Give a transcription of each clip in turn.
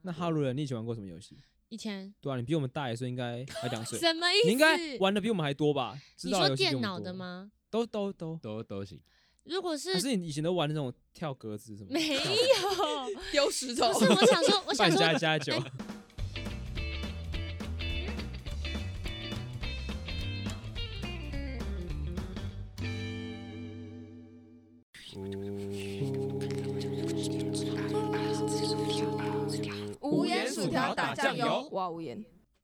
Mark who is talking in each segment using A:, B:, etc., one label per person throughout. A: 那哈鲁人，你以前玩过什么游戏？
B: 以前
A: 对啊，你比我们大一岁，应该还两岁，
B: 什么意思？
A: 你应该玩的比我们还多吧？知
B: 你
A: 道
B: 说
A: 游戏比我
B: 电
A: 们
B: 脑的
A: 多？
B: 吗？
A: 都都都，
C: 都都行。
B: 如果是
A: 还 是你以前都玩那种跳格子什么？
B: 没
A: 跳
B: 有，
D: 丢石头
B: 不，是我想说，我想
A: 半
B: 说哎
A: 加加九，
D: 无
A: 盐薯条打酱油
D: 哇，无盐，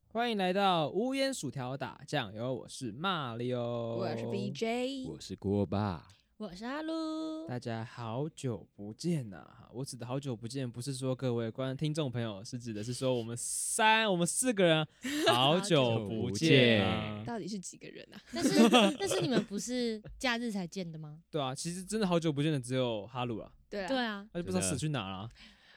A: 欢迎来到无烟薯条打酱油，我是马里奥，
D: 我是 VJ，
C: 我是锅巴，
B: 我是阿鲁，
A: 大家好久不见呐、我指的好久不见，不是说各位观听众朋友，是指的是说我们三，我们四个 人好久不见啊。
D: 到底是几个人啊？
B: 但是 但是你们不是假日才见的吗？
A: 对啊，其实真的好久不见的只有哈鲁啊，
D: 对
B: 对
D: 啊，
B: 啊，。
A: 他就不知道
C: 真的
A: 死去哪了、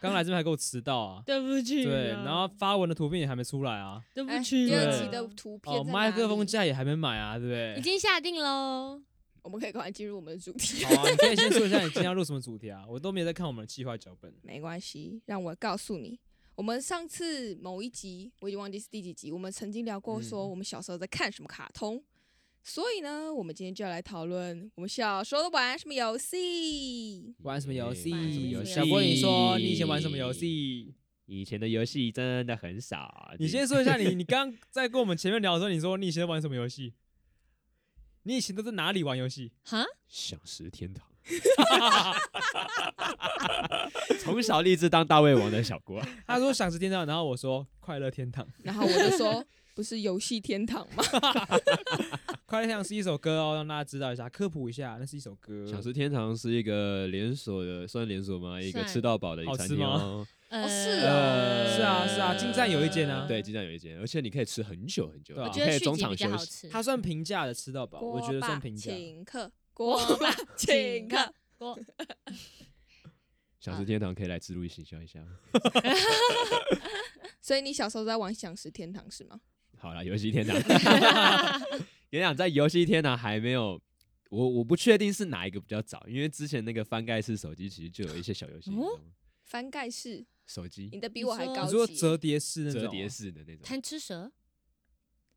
A: 刚来这边还给我迟到啊
B: 对不起啊
A: 对，然后发文的图片也还没出来啊，
B: 对不
D: 哎
B: 起，
D: 第二
A: 对
D: 集的图片
A: 哦，
D: 在哪
A: 麦克风
D: 里，
A: 架也还没买啊，对不对？
B: 已经下定喽。
D: 我们可以赶快进入我们的主题。
A: 好啊，你可以先说一下你今天要录什么主题啊？ 我都没有在看我们的计划脚本。
D: 没关系，让我告诉你，我们上次某一集我已经忘记是第几集，我们曾经聊过说
A: 嗯
D: 我们小时候在看什么卡通，所以呢，我们今天就要来讨论我们小时候都玩什么游戏。
A: 玩什么游戏？
B: 玩什么游戏
A: 小郭，你说你以前玩什么游戏？
C: 以前的游戏真的很少。
A: 你先说一下 你，你刚在跟我们前面聊的时候，你说你以前玩什么游戏？你以前都在哪里玩游戏？
B: 哈，
C: 享食天 堂。从小立志当大胃王的小郭，
A: 他说想吃天堂，然后我说快乐天堂。
D: 然后我就说，不是游戏天堂吗？
A: 快乐天堂是一首歌哦，让大家知道一下，科普一下，那是一首歌。
C: 享食天堂是一个连锁的，算连锁吗？一个
B: 算
C: 吃到饱的一个
A: 好
C: 餐
A: 吃
C: 厅
A: 吗
C: 哦。
B: 呃，
D: 是
A: 呃，是啊是啊，金站有一间啊。
C: 对，，金站有一间，而且你可以吃很久很久，
A: 对啊
B: 我
C: 你
B: 觉
C: 可
B: 得
C: 以
B: 续
C: 中
B: 集
C: 场
B: 比较
C: 休
B: 好
C: 息。
B: 吃。啊
A: 它算平价的吃到饱，
D: 嗯锅
A: 我觉得
D: 巴
A: 算平价。
D: 请客，锅巴请客。
B: 锅，
C: 享食天堂可以来植入行销一下。
D: 所以你小时候在玩享食天堂是吗？
C: 好了，游戏天堂。 演讲在游戏天堂还没有，我我不确定是哪一个比较早，因为之前那个翻盖式手机其实就有一些小游戏，你知道吗
D: 翻盖式，
C: 手
D: 你
C: 机
D: 的比我还
B: 你
D: 高
A: 你说
D: 级。
A: 折叠式那种啊
C: 折叠式的那种，
B: 贪吃蛇，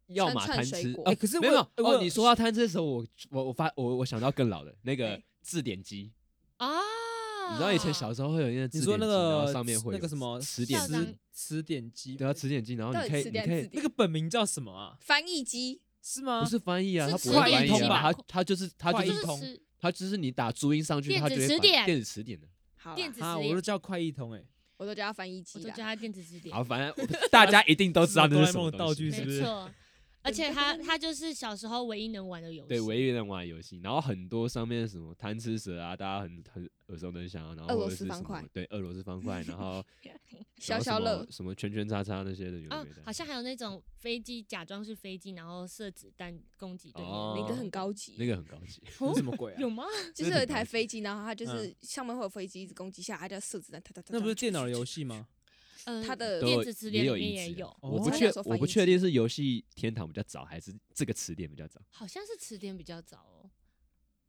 C: 要么
D: 串
C: 贪
D: 水
C: 吃。
D: 果
C: 哦
A: 哎可是
C: 没有
A: 我
C: 没有
A: 哎我
C: 哦，你说到贪吃的时候，我我我发我我想到更老的那个
D: 哎
C: 字典机，
B: 啊，
C: 你知道以前小时候会有那个字
A: 你
C: 典机，
A: 说那
C: 然
A: 个
C: 后上面会
A: 那
C: 有
A: 个什么
C: 词典
B: 校
C: 机，
B: 长
A: 词词典机，
C: 对啊，词典机，然后
D: 到
C: 你
D: 底
C: 可以
D: 词
C: 你
D: 典
C: 可
D: 字
C: 以
D: 典
A: 那个本名叫什么啊？
D: 翻译机，
A: 是吗？
C: 不是翻译啊，
B: 是
C: 它不
A: 快
C: 会翻
A: 译
C: 译
A: 通吧
C: 啊，它它就是它
A: 快
C: 就
A: 译
C: 是
A: 通
B: 就是吃
C: 它就是你打注音上去，
B: 电
C: 它就
B: 子
C: 会
B: 词
C: 翻
B: 典
C: 电子词典的。
D: 好啦
B: 电子
A: 啊，
B: 词
A: 我都
B: 典，
A: 叫快译通 哎，
D: 我都叫它翻译机
B: 我都
D: 啦
B: 叫。它电子词典
C: 好，，反正大家一定都知道那是什
A: 哆啦 A
C: 么
A: 梦的道
C: 东
A: 具
C: 西，
A: 是不
B: 没
A: 是
B: 错。而且它它就是小时候唯一能玩的游戏。
C: 对，唯一能玩的游戏。然后很多上面什么贪吃蛇啊，大家很很耳熟能详啊。然
D: 俄
C: 后
D: 罗
C: 或者
D: 斯
C: 是
D: 方
C: 什么
D: 块
C: 对，俄罗斯方块，然后
D: 消
C: 然
D: 消
C: 后什么
D: 乐
C: 什么圈圈叉叉那些的，有的
B: 哦
C: 没的，
B: 好像还有那种飞机，假装是飞机，然后射子弹攻击对
C: 哦
B: 面。
D: 你的很高级，
C: 那个很高级。
A: 那什么鬼啊？
B: 有 吗？
D: 就是 有一台飞机，然后它就是上面会有飞机一直攻击下来，它就要射子弹，哒哒哒。
A: 那不是电脑的游
D: 戏？
A: 戏 吗？
B: 嗯，
D: 它的
C: 都
B: 电
C: 有
B: 子词典
C: 也
B: 里
C: 有
B: 面
C: 移
B: 也
C: 植
B: 有
C: 啊，我
A: 哦
C: 不确
D: 它叫做
C: 我不
D: 翻译
C: 确定是游戏天堂比较早，还是这个词典比较早。
B: 好像是词典比较早哦。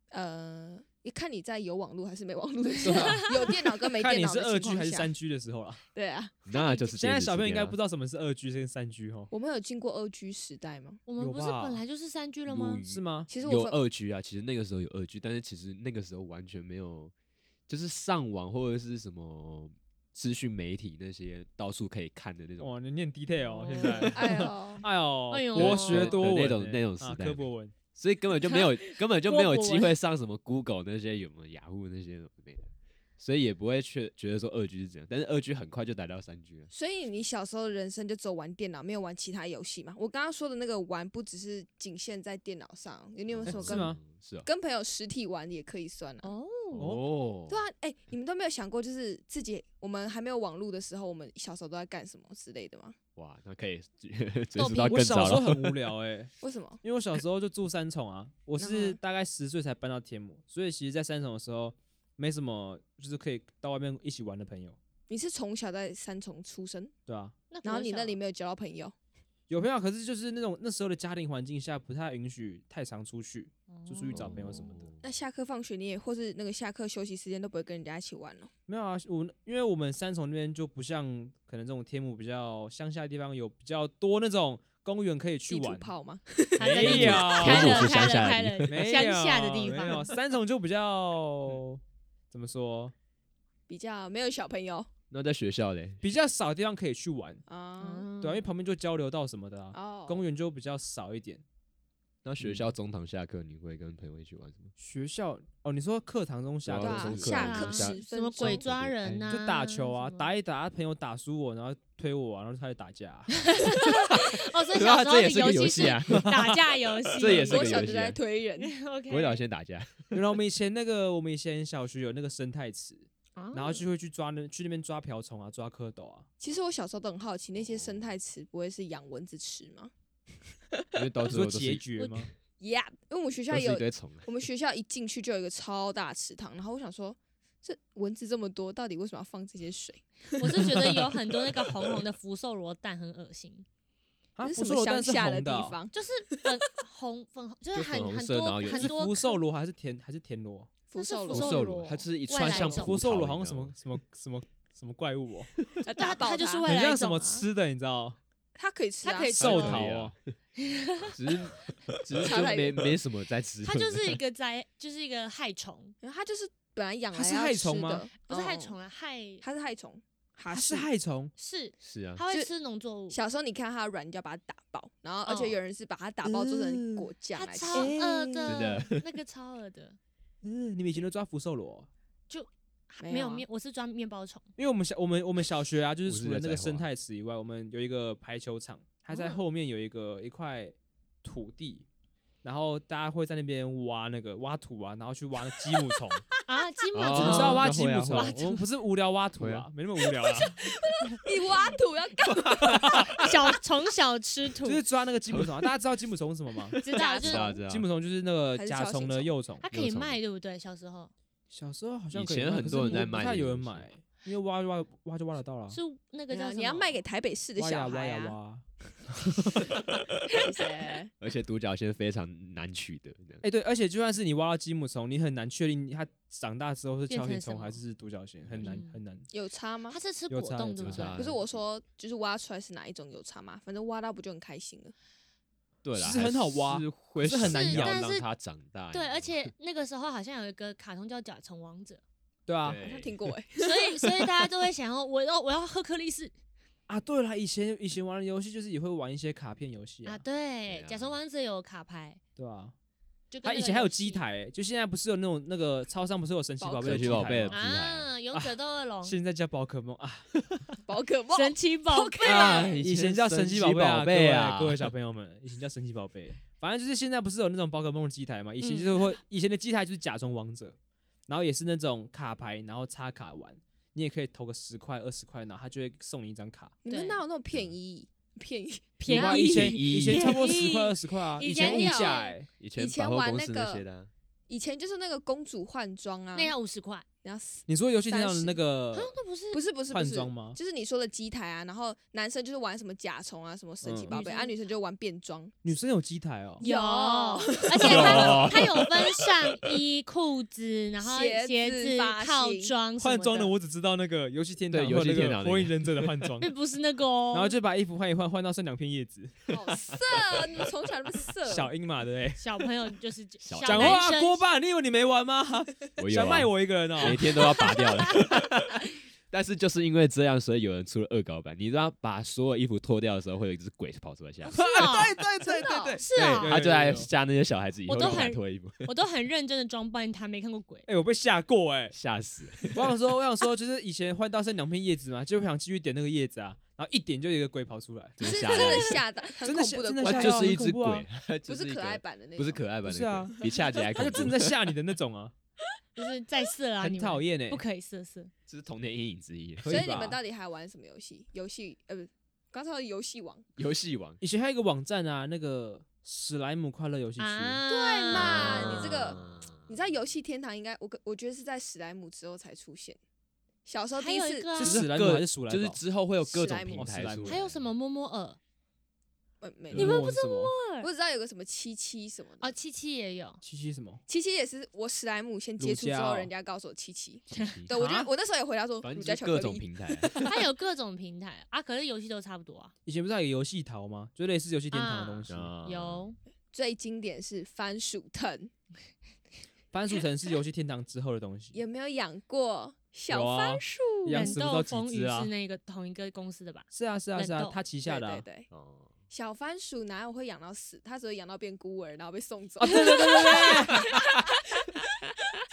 D: 呃，也看你在有网络还是没网络的时
A: 对
D: 候
A: 啊，
D: 有电脑跟没
A: 看
D: 电
A: 你
D: 脑
A: 是
D: 的
A: 二
D: 情
A: G 还
D: 况
A: 是
D: 下
A: 三，G 的时候啦。
D: 对啊。
C: 那就是
A: 现在小朋友应该不知
C: 道
A: 道什么是二 G 跟三 G 哦哈，
D: 我们有经过二 G 时代吗？
B: 我们
A: 有
B: 不是
A: 吧
B: 本来就是三 G 了吗
C: 录？
A: 是吗？
D: 其实我
C: 有
D: 分
C: 二 G 啊，其实那个时候有二 G，但是其实那个时候完全没有，就是上网或者是什么资讯媒体那些到处可以看的那种。
A: 哇，你念 detail 哦，
B: 哦
A: 现在。
D: 哎呦，
A: 哎呦，
B: 哎呦
A: 博学多闻欸
C: 那种那种时
A: 啊
C: 代
A: 科博文，
C: 所以根本 就没有，根本就没有
B: 郭博
C: 机
B: 文
C: 会上什么 Google 那些，有没有雅虎那些没的，所以也不会去觉得说二 G 是怎样，但是二 G 很快就达到三 G 了。
D: 所以你小时候的人生就只有玩电脑，没有玩其他游戏嘛？我刚刚说的那个玩，不只是仅限在电脑上，你有没有说
A: 哎是
D: 跟
A: 吗
C: 嗯是啊，
D: 跟朋友实体玩也可以算啊？
B: 哦，
C: 哦，
D: 对啊，哎、你们都没有想过，就是自己我们还没有网络的时候，我们小时候都在干什么之类的吗？
C: 哇，那可以 追
B: 豆
C: 溯
B: 皮
C: 到
A: 我
C: 啊更
A: 小
C: 早
A: 时候
C: 了。
A: 很无聊哎、
D: 为什么？
A: 因为我小时候就住三重啊，
B: 嗯
A: 我是
D: 然后
A: 大概十岁才搬到天母，所以其实，在三重的时候没什么就是可以到外面一起玩的朋友，
D: 你是从小在三重出生，
A: 对啊，
B: 那
D: 然后
B: 国
D: 你
B: 小
D: 那里没有交到朋友，
A: 有朋友，
B: 哦
A: 可是就是那种那时候的家庭环境下不太允许太常出去，就出去找朋友什么的。
C: 哦
B: 嗯
D: 那下课放学你也或是那个下课休息时间都不会跟人家一起玩了、哦
A: 没有啊，我因为我们三重那边就不像可能这种天母比较乡下的地方有比较多那种公园可以去
D: 地图
A: 玩。
D: 炮吗？
B: 他
C: 哎
B: 在
A: 没
B: 地图
A: 有
B: 开
C: 我
B: 了开
C: 是乡
B: 了
C: 下的
B: 开
C: 地
B: 了
A: 没有
B: 乡下的地
A: 没有
B: 方，嗯
A: 三重就比 较怎么说，
D: 比较没有小朋友
C: 那在学校嘞，
A: 比较少地方可以去玩，
B: 嗯
D: 啊，
A: 对啊，因为旁边就交流道什么的啊，
D: 哦，
A: 公园就比较少一点。
C: 那学
A: 嗯
C: 校中堂下课你会跟朋友一起玩什么？
A: 学校哦，你说课堂中下
C: 对
D: 对
A: 课
C: 啊
D: 啊
C: 上，
A: 中
C: 课
D: 下课
B: 啊
D: 十
B: 什
D: 分
B: 么鬼
D: 钟
C: 哎
B: 抓人呐、
A: 就打球啊，
B: 什么
A: 打一打，朋友打输我，然后推我啊，然后开始打架啊。
B: 哦，所以
C: 对
B: 小
C: 啊
B: 时候
C: 这也
B: 的
C: 是个
B: 戏
C: 游戏
B: 是
C: 啊
B: 打架游戏，
C: 这也是个
D: 国小
C: 游
D: 就
C: 戏啊
D: 在推人，
B: OK。
C: 国小先打架，
A: 然后我们以前那个，我们以前小学有那个生态池，
D: 哦
B: 啊，
A: 然后就会去抓那去那边抓瓢虫啊，抓蝌蚪啊。
D: 其实我小时候都很好奇，那些生态池不会是养蚊子吃吗
C: 因为到
A: 你
C: 最
A: 说
C: 后都
A: 结
C: 是
A: 局吗？
D: ？Yeah，因为我们学
C: 都
D: 校
C: 是
D: 有
C: 一，堆虫啊。
D: 我们学校一进去就有一个超大池塘，然后我想说，这蚊子这么多，到底为什么要放这些水？
B: 我是觉得有很多那个红红的福寿螺蛋很恶心，
A: 啊，
D: 这
A: 福
D: 是
A: 寿
D: 什么
A: 螺蛋
D: 乡
A: 是
D: 下
A: 红
D: 地
A: 的哦，
D: 方？
B: 就是粉红粉红，就是
C: 就粉
B: 很
C: 红
B: 很
C: 色然后
B: 多
C: 有
B: 很
A: 是
B: 多
A: 福寿螺还是田还是田螺？
D: 福
B: 那是
D: 寿
B: 福
D: 螺
C: 福
B: 寿
C: 寿
B: 螺
C: 螺，它就是一
B: 外
C: 串
B: 来
C: 像
B: 种
C: 葡
A: 福寿螺
C: 萄
A: 好像
C: 你
A: 什
C: 知道吗
A: 么什么什么什么怪物哦，
D: 要打
B: 啊它
D: 爆它
B: 就是为
A: 很
B: 了啊
A: 像什么吃的，你知道？
D: 它可以吃、啊，
B: 它可以吃
A: 寿
B: 啊
A: 桃
C: 可以啊
A: 哦，
C: 只 是只是
D: 差
C: 就
D: 太
C: 没
D: 远
C: 没什么在吃。
B: 它就是一个灾，就是一个害虫，
D: 然后它就是本来养来
A: 它是
D: 要
A: 害
D: 吃
A: 虫吗
D: 的
B: 不是害
D: 嗯
B: 虫啊，害
D: 它是害虫，它
A: 它是害虫，
B: 是
C: 是啊，
B: 它会
D: 就
B: 吃农作物，
D: 小时候你看它软，你就要把它打爆，然后而且
B: 嗯
D: 有人是把它打爆做成
A: 嗯
D: 果酱
B: 它
D: 来吃。
B: 超恶的
C: 真，
B: 那个超恶的，
A: 嗯，你们以前都抓福寿螺哦？
D: 没
B: 没
D: 有
B: 有
D: 啊
B: 面，我是抓面包虫，
A: 因为我们小我们我们小学啊，就是
C: 我是
A: 除了
C: 在
A: 那个
C: 载
A: 生
C: 花
A: 态池以外，我们有一个排球场，它在
B: 哦
A: 后面有一个一块土地，然后大家会在那边挖那个挖土啊，然后去挖那鸡母 虫。
B: 啊，金毛
A: 你
C: 哦
A: 们知道
B: 虫，
A: 挖
C: 那
A: 鸡
C: 会
A: 母
C: 啊
A: 虫
C: 会啊？
A: 我们不是无聊挖土
C: 会啊
A: 啊，没那么无 聊啊，
D: 你挖土要干嘛？
B: 小从小吃土
A: 就，是抓那个鸡母虫啊。大家知道鸡母虫是什么吗？
B: 知道就
C: 知
B: 是
C: 道知道
A: 鸡。母虫就是那个
D: 还是
A: 甲
D: 锹
A: 虫
D: 形
A: 的
D: 虫
A: 幼虫
B: 它，可以
C: 幼虫
B: 卖，对不对？小时候
A: 小时候好像
C: 以
A: 可以
C: 前
A: 卖
C: 很
A: 可是
C: 多人
A: 不
C: 在
A: 不
C: 卖
A: 太
C: 这
A: 有
C: 个
A: 人
C: 东
A: 买，因为挖就挖挖就挖得到了啊，
B: 是那个
D: 没有
B: 叫
D: 你要
B: 什么
D: 卖给台北市的
A: 挖呀
D: 小
A: 挖
D: 孩
A: 呀
D: 啊！
A: 挖。
D: 谢谢。
C: 而且独角仙非常难取得，这样
A: 哎，对，而且就算是你挖到鸡母虫，你很难确定它长大之后是
B: 变
A: 锹形
B: 成什
A: 虫还
B: 么
A: 是是独角仙，很难
B: 嗯
A: 很难。
D: 有差吗
B: 它？是吃
A: 有
B: 果
A: 差有
B: 冻，对不
A: 差
B: 对？
C: 有差
D: 不是我说，就是挖出来是哪一种有差吗？反正挖到不就很开心了？
C: 对啦，
A: 其实
C: 还
A: 很好挖
C: 是会
A: 是很难
C: 想要
B: 养但
C: 让
B: 是
C: 它长大。
B: 对，
C: 你
B: 而
C: 知道
B: 且
C: 吗
B: 那个时候好像有一个卡通叫《甲虫王者
A: 对啊，
D: 好像
C: 对
D: 听过哎、》，
B: 所以所以大家都会想要，我要我要喝克 力士
A: 啊，对了，以前以前玩的游戏就是也会玩一些卡片游戏啊，
B: 啊，对，
C: 对啊
B: 甲虫王者有卡牌，
A: 对啊，
B: 就跟
A: 他
B: 那
A: 以
B: 个
A: 前还有
B: 游戏
A: 机台、欸就现在不是有那种那个超商不是有神奇宝贝的
C: 神奇
A: 机
C: 宝
A: 台
C: 贝
A: 吗
C: 机台啊
B: 啊，勇者斗 恶龙、
A: 现在叫宝可梦啊，
D: 宝可梦
B: 神奇宝贝，
C: 啊
A: 以前叫神奇宝
C: 奇
A: 贝啊，
C: 宝贝
A: 各位各位小朋友们，以前叫神奇宝贝，反正就是现在不是有那种宝可梦的机台嘛，以前
B: 嗯
A: 就是会、以前的机台就是甲虫王者，然后也是那种卡牌，然后插卡玩，你也可以投个十块二十块，然后他就会送你一张卡。
D: 你们
B: 对
D: 哪有那种便宜？便宜？
B: 便
A: 有啊
B: 宜
A: 以前
C: 便宜
A: 以前差不多十块
B: 便宜
A: 二十块啊，
B: 以
A: 以前
B: 前
A: 物
B: 有
A: 价哎、
C: 以
D: 以前
C: 百货
D: 玩
C: 公
D: 那
C: 司那
D: 个
C: 些 的啊，
D: 以前就是那个公主换装啊，
B: 那要五十块啊，
D: 然后死
A: 你说游戏厅上的
D: 30
A: 那个
B: 那不是
D: 不是不是不
A: 换
D: 是
A: 装，吗？
D: 就是你说的机台啊，然后男生就是玩什么甲虫啊，什么神奇
A: 嗯
D: 宝贝，
B: 女生
D: 啊女生就玩变装，
A: 女生有机台哦，
B: 有，
D: 有
B: 而且它它有分上衣、裤子，然后
D: 鞋子
B: 鞋子、
D: 发型
B: 套装什么
A: 换装的我只知道那个游戏天堂，
C: 对游戏天堂那个
A: 火影忍者的换装，
B: 并不是那个哦，
A: 然后就把衣服换一换，换到剩两片叶子，
D: 好 色，你们从小那么色，
A: 小樱马的哎、
B: 小朋友就是
C: 小
A: 讲
B: 男
A: 话啊，
B: 生
A: 锅巴，你以为你没玩吗？
C: 我有
A: 想卖
C: 啊，
A: 我一个人哦、
C: 每天都要拔掉了。 但是就是因为这样，所以有人出了恶搞版。你知道，把所有衣服脱掉的时候，会有一只鬼跑出来吓你。
B: 是 哦，
A: 对对 对
D: 真的
A: 对
D: 哦
A: 对。
B: 是
A: 对
B: 哦，
C: 他就来吓那些小孩子，以后
B: 我都
C: 就不敢
B: 很
C: 脱衣服，
B: 我都很认真的装扮他，没看过鬼。
A: 哎、我被吓过哎、
C: 吓死。
A: 我想说，我想说，就是以前换到剩两片叶子嘛，就想继续点那个叶子啊，然后一点就有一个鬼跑出来，
D: 是
C: 真
D: 真
C: 吓人
D: 的吓到，哦很
A: 真的
D: 恐
A: 吓
D: 怖的
A: 真的
D: 鬼
A: 吓
C: 哇，
A: 到
C: 就是一只
A: 很恐怖啊
C: 鬼，
D: 不
C: 就一
D: 是
C: 个
D: 可爱，版的那种，
C: 不是可爱版
A: 不是啊
C: 的鬼，比恰吉 还
A: 他
C: 恐
A: 就
C: 怖
A: 真。的在吓你的那种啊，
B: 就是在色啊，
A: 很
B: 你们
A: 讨厌哎
B: 不，可以色色。
C: 这是童年阴影之一。
A: 可
D: 所
A: 以
D: 以你们
A: 吧
D: 到底还玩什么游戏？游戏呃，不是，刚才说游戏王，
C: 游戏王，
A: 以前还有一个网站啊，那个史莱姆快乐游戏区，
B: 对
D: 嘛
C: 啊
D: 你这个你知道游戏天堂应该我跟我觉得是在史莱姆之后才出现，小时候
B: 还
D: 第一
B: 有一
D: 次
B: 个啊
A: 是史莱姆
C: 各
A: 还是鼠来
C: 就是
A: 宝
C: 之后会有各
D: 史
C: 种
D: 莱姆
C: 平台
A: 哦史莱
C: 出
A: 姆
C: 来，
B: 还有什么摸摸耳？
D: 呃没
C: 你
D: 有，
C: 们
A: 不是么？
D: 我只知道有个什么七七什么的。
B: 哦，七七也有，
A: 七七什么？
D: 七七也是我史莱姆先接触之
A: 乳胶
D: 后，人家告诉我七七。
C: 七七
D: 对，我就
A: 啊
D: 我那时候也回答说，
C: 反
D: 乳胶
C: 正就是
D: 巧
C: 各
D: 克
C: 种
D: 力。
C: 平台啊，
B: 它有各种平台啊，可是游戏都差不多啊。
A: 以前不是还有游戏桃吗？就类似游戏殿堂的东西。
C: 啊
B: 有，
D: 最经典是番薯藤，
A: 番薯藤是游戏天堂之后的东西，
D: 有没有养过小
A: 有啊
D: 番薯？
A: 养
B: 忍
A: 死不知道
B: 豆
A: 几
B: 风
A: 只
B: 雨
A: 啊
B: 是那个同一个公司的吧？
A: 是啊是啊是
B: 冷
A: 啊，
B: 冻
A: 他旗下的啊
D: 对。对对，
C: 哦，
D: 小番薯哪有会养到死？它只会养到变孤儿，然后被送
A: 哦啊
D: 走。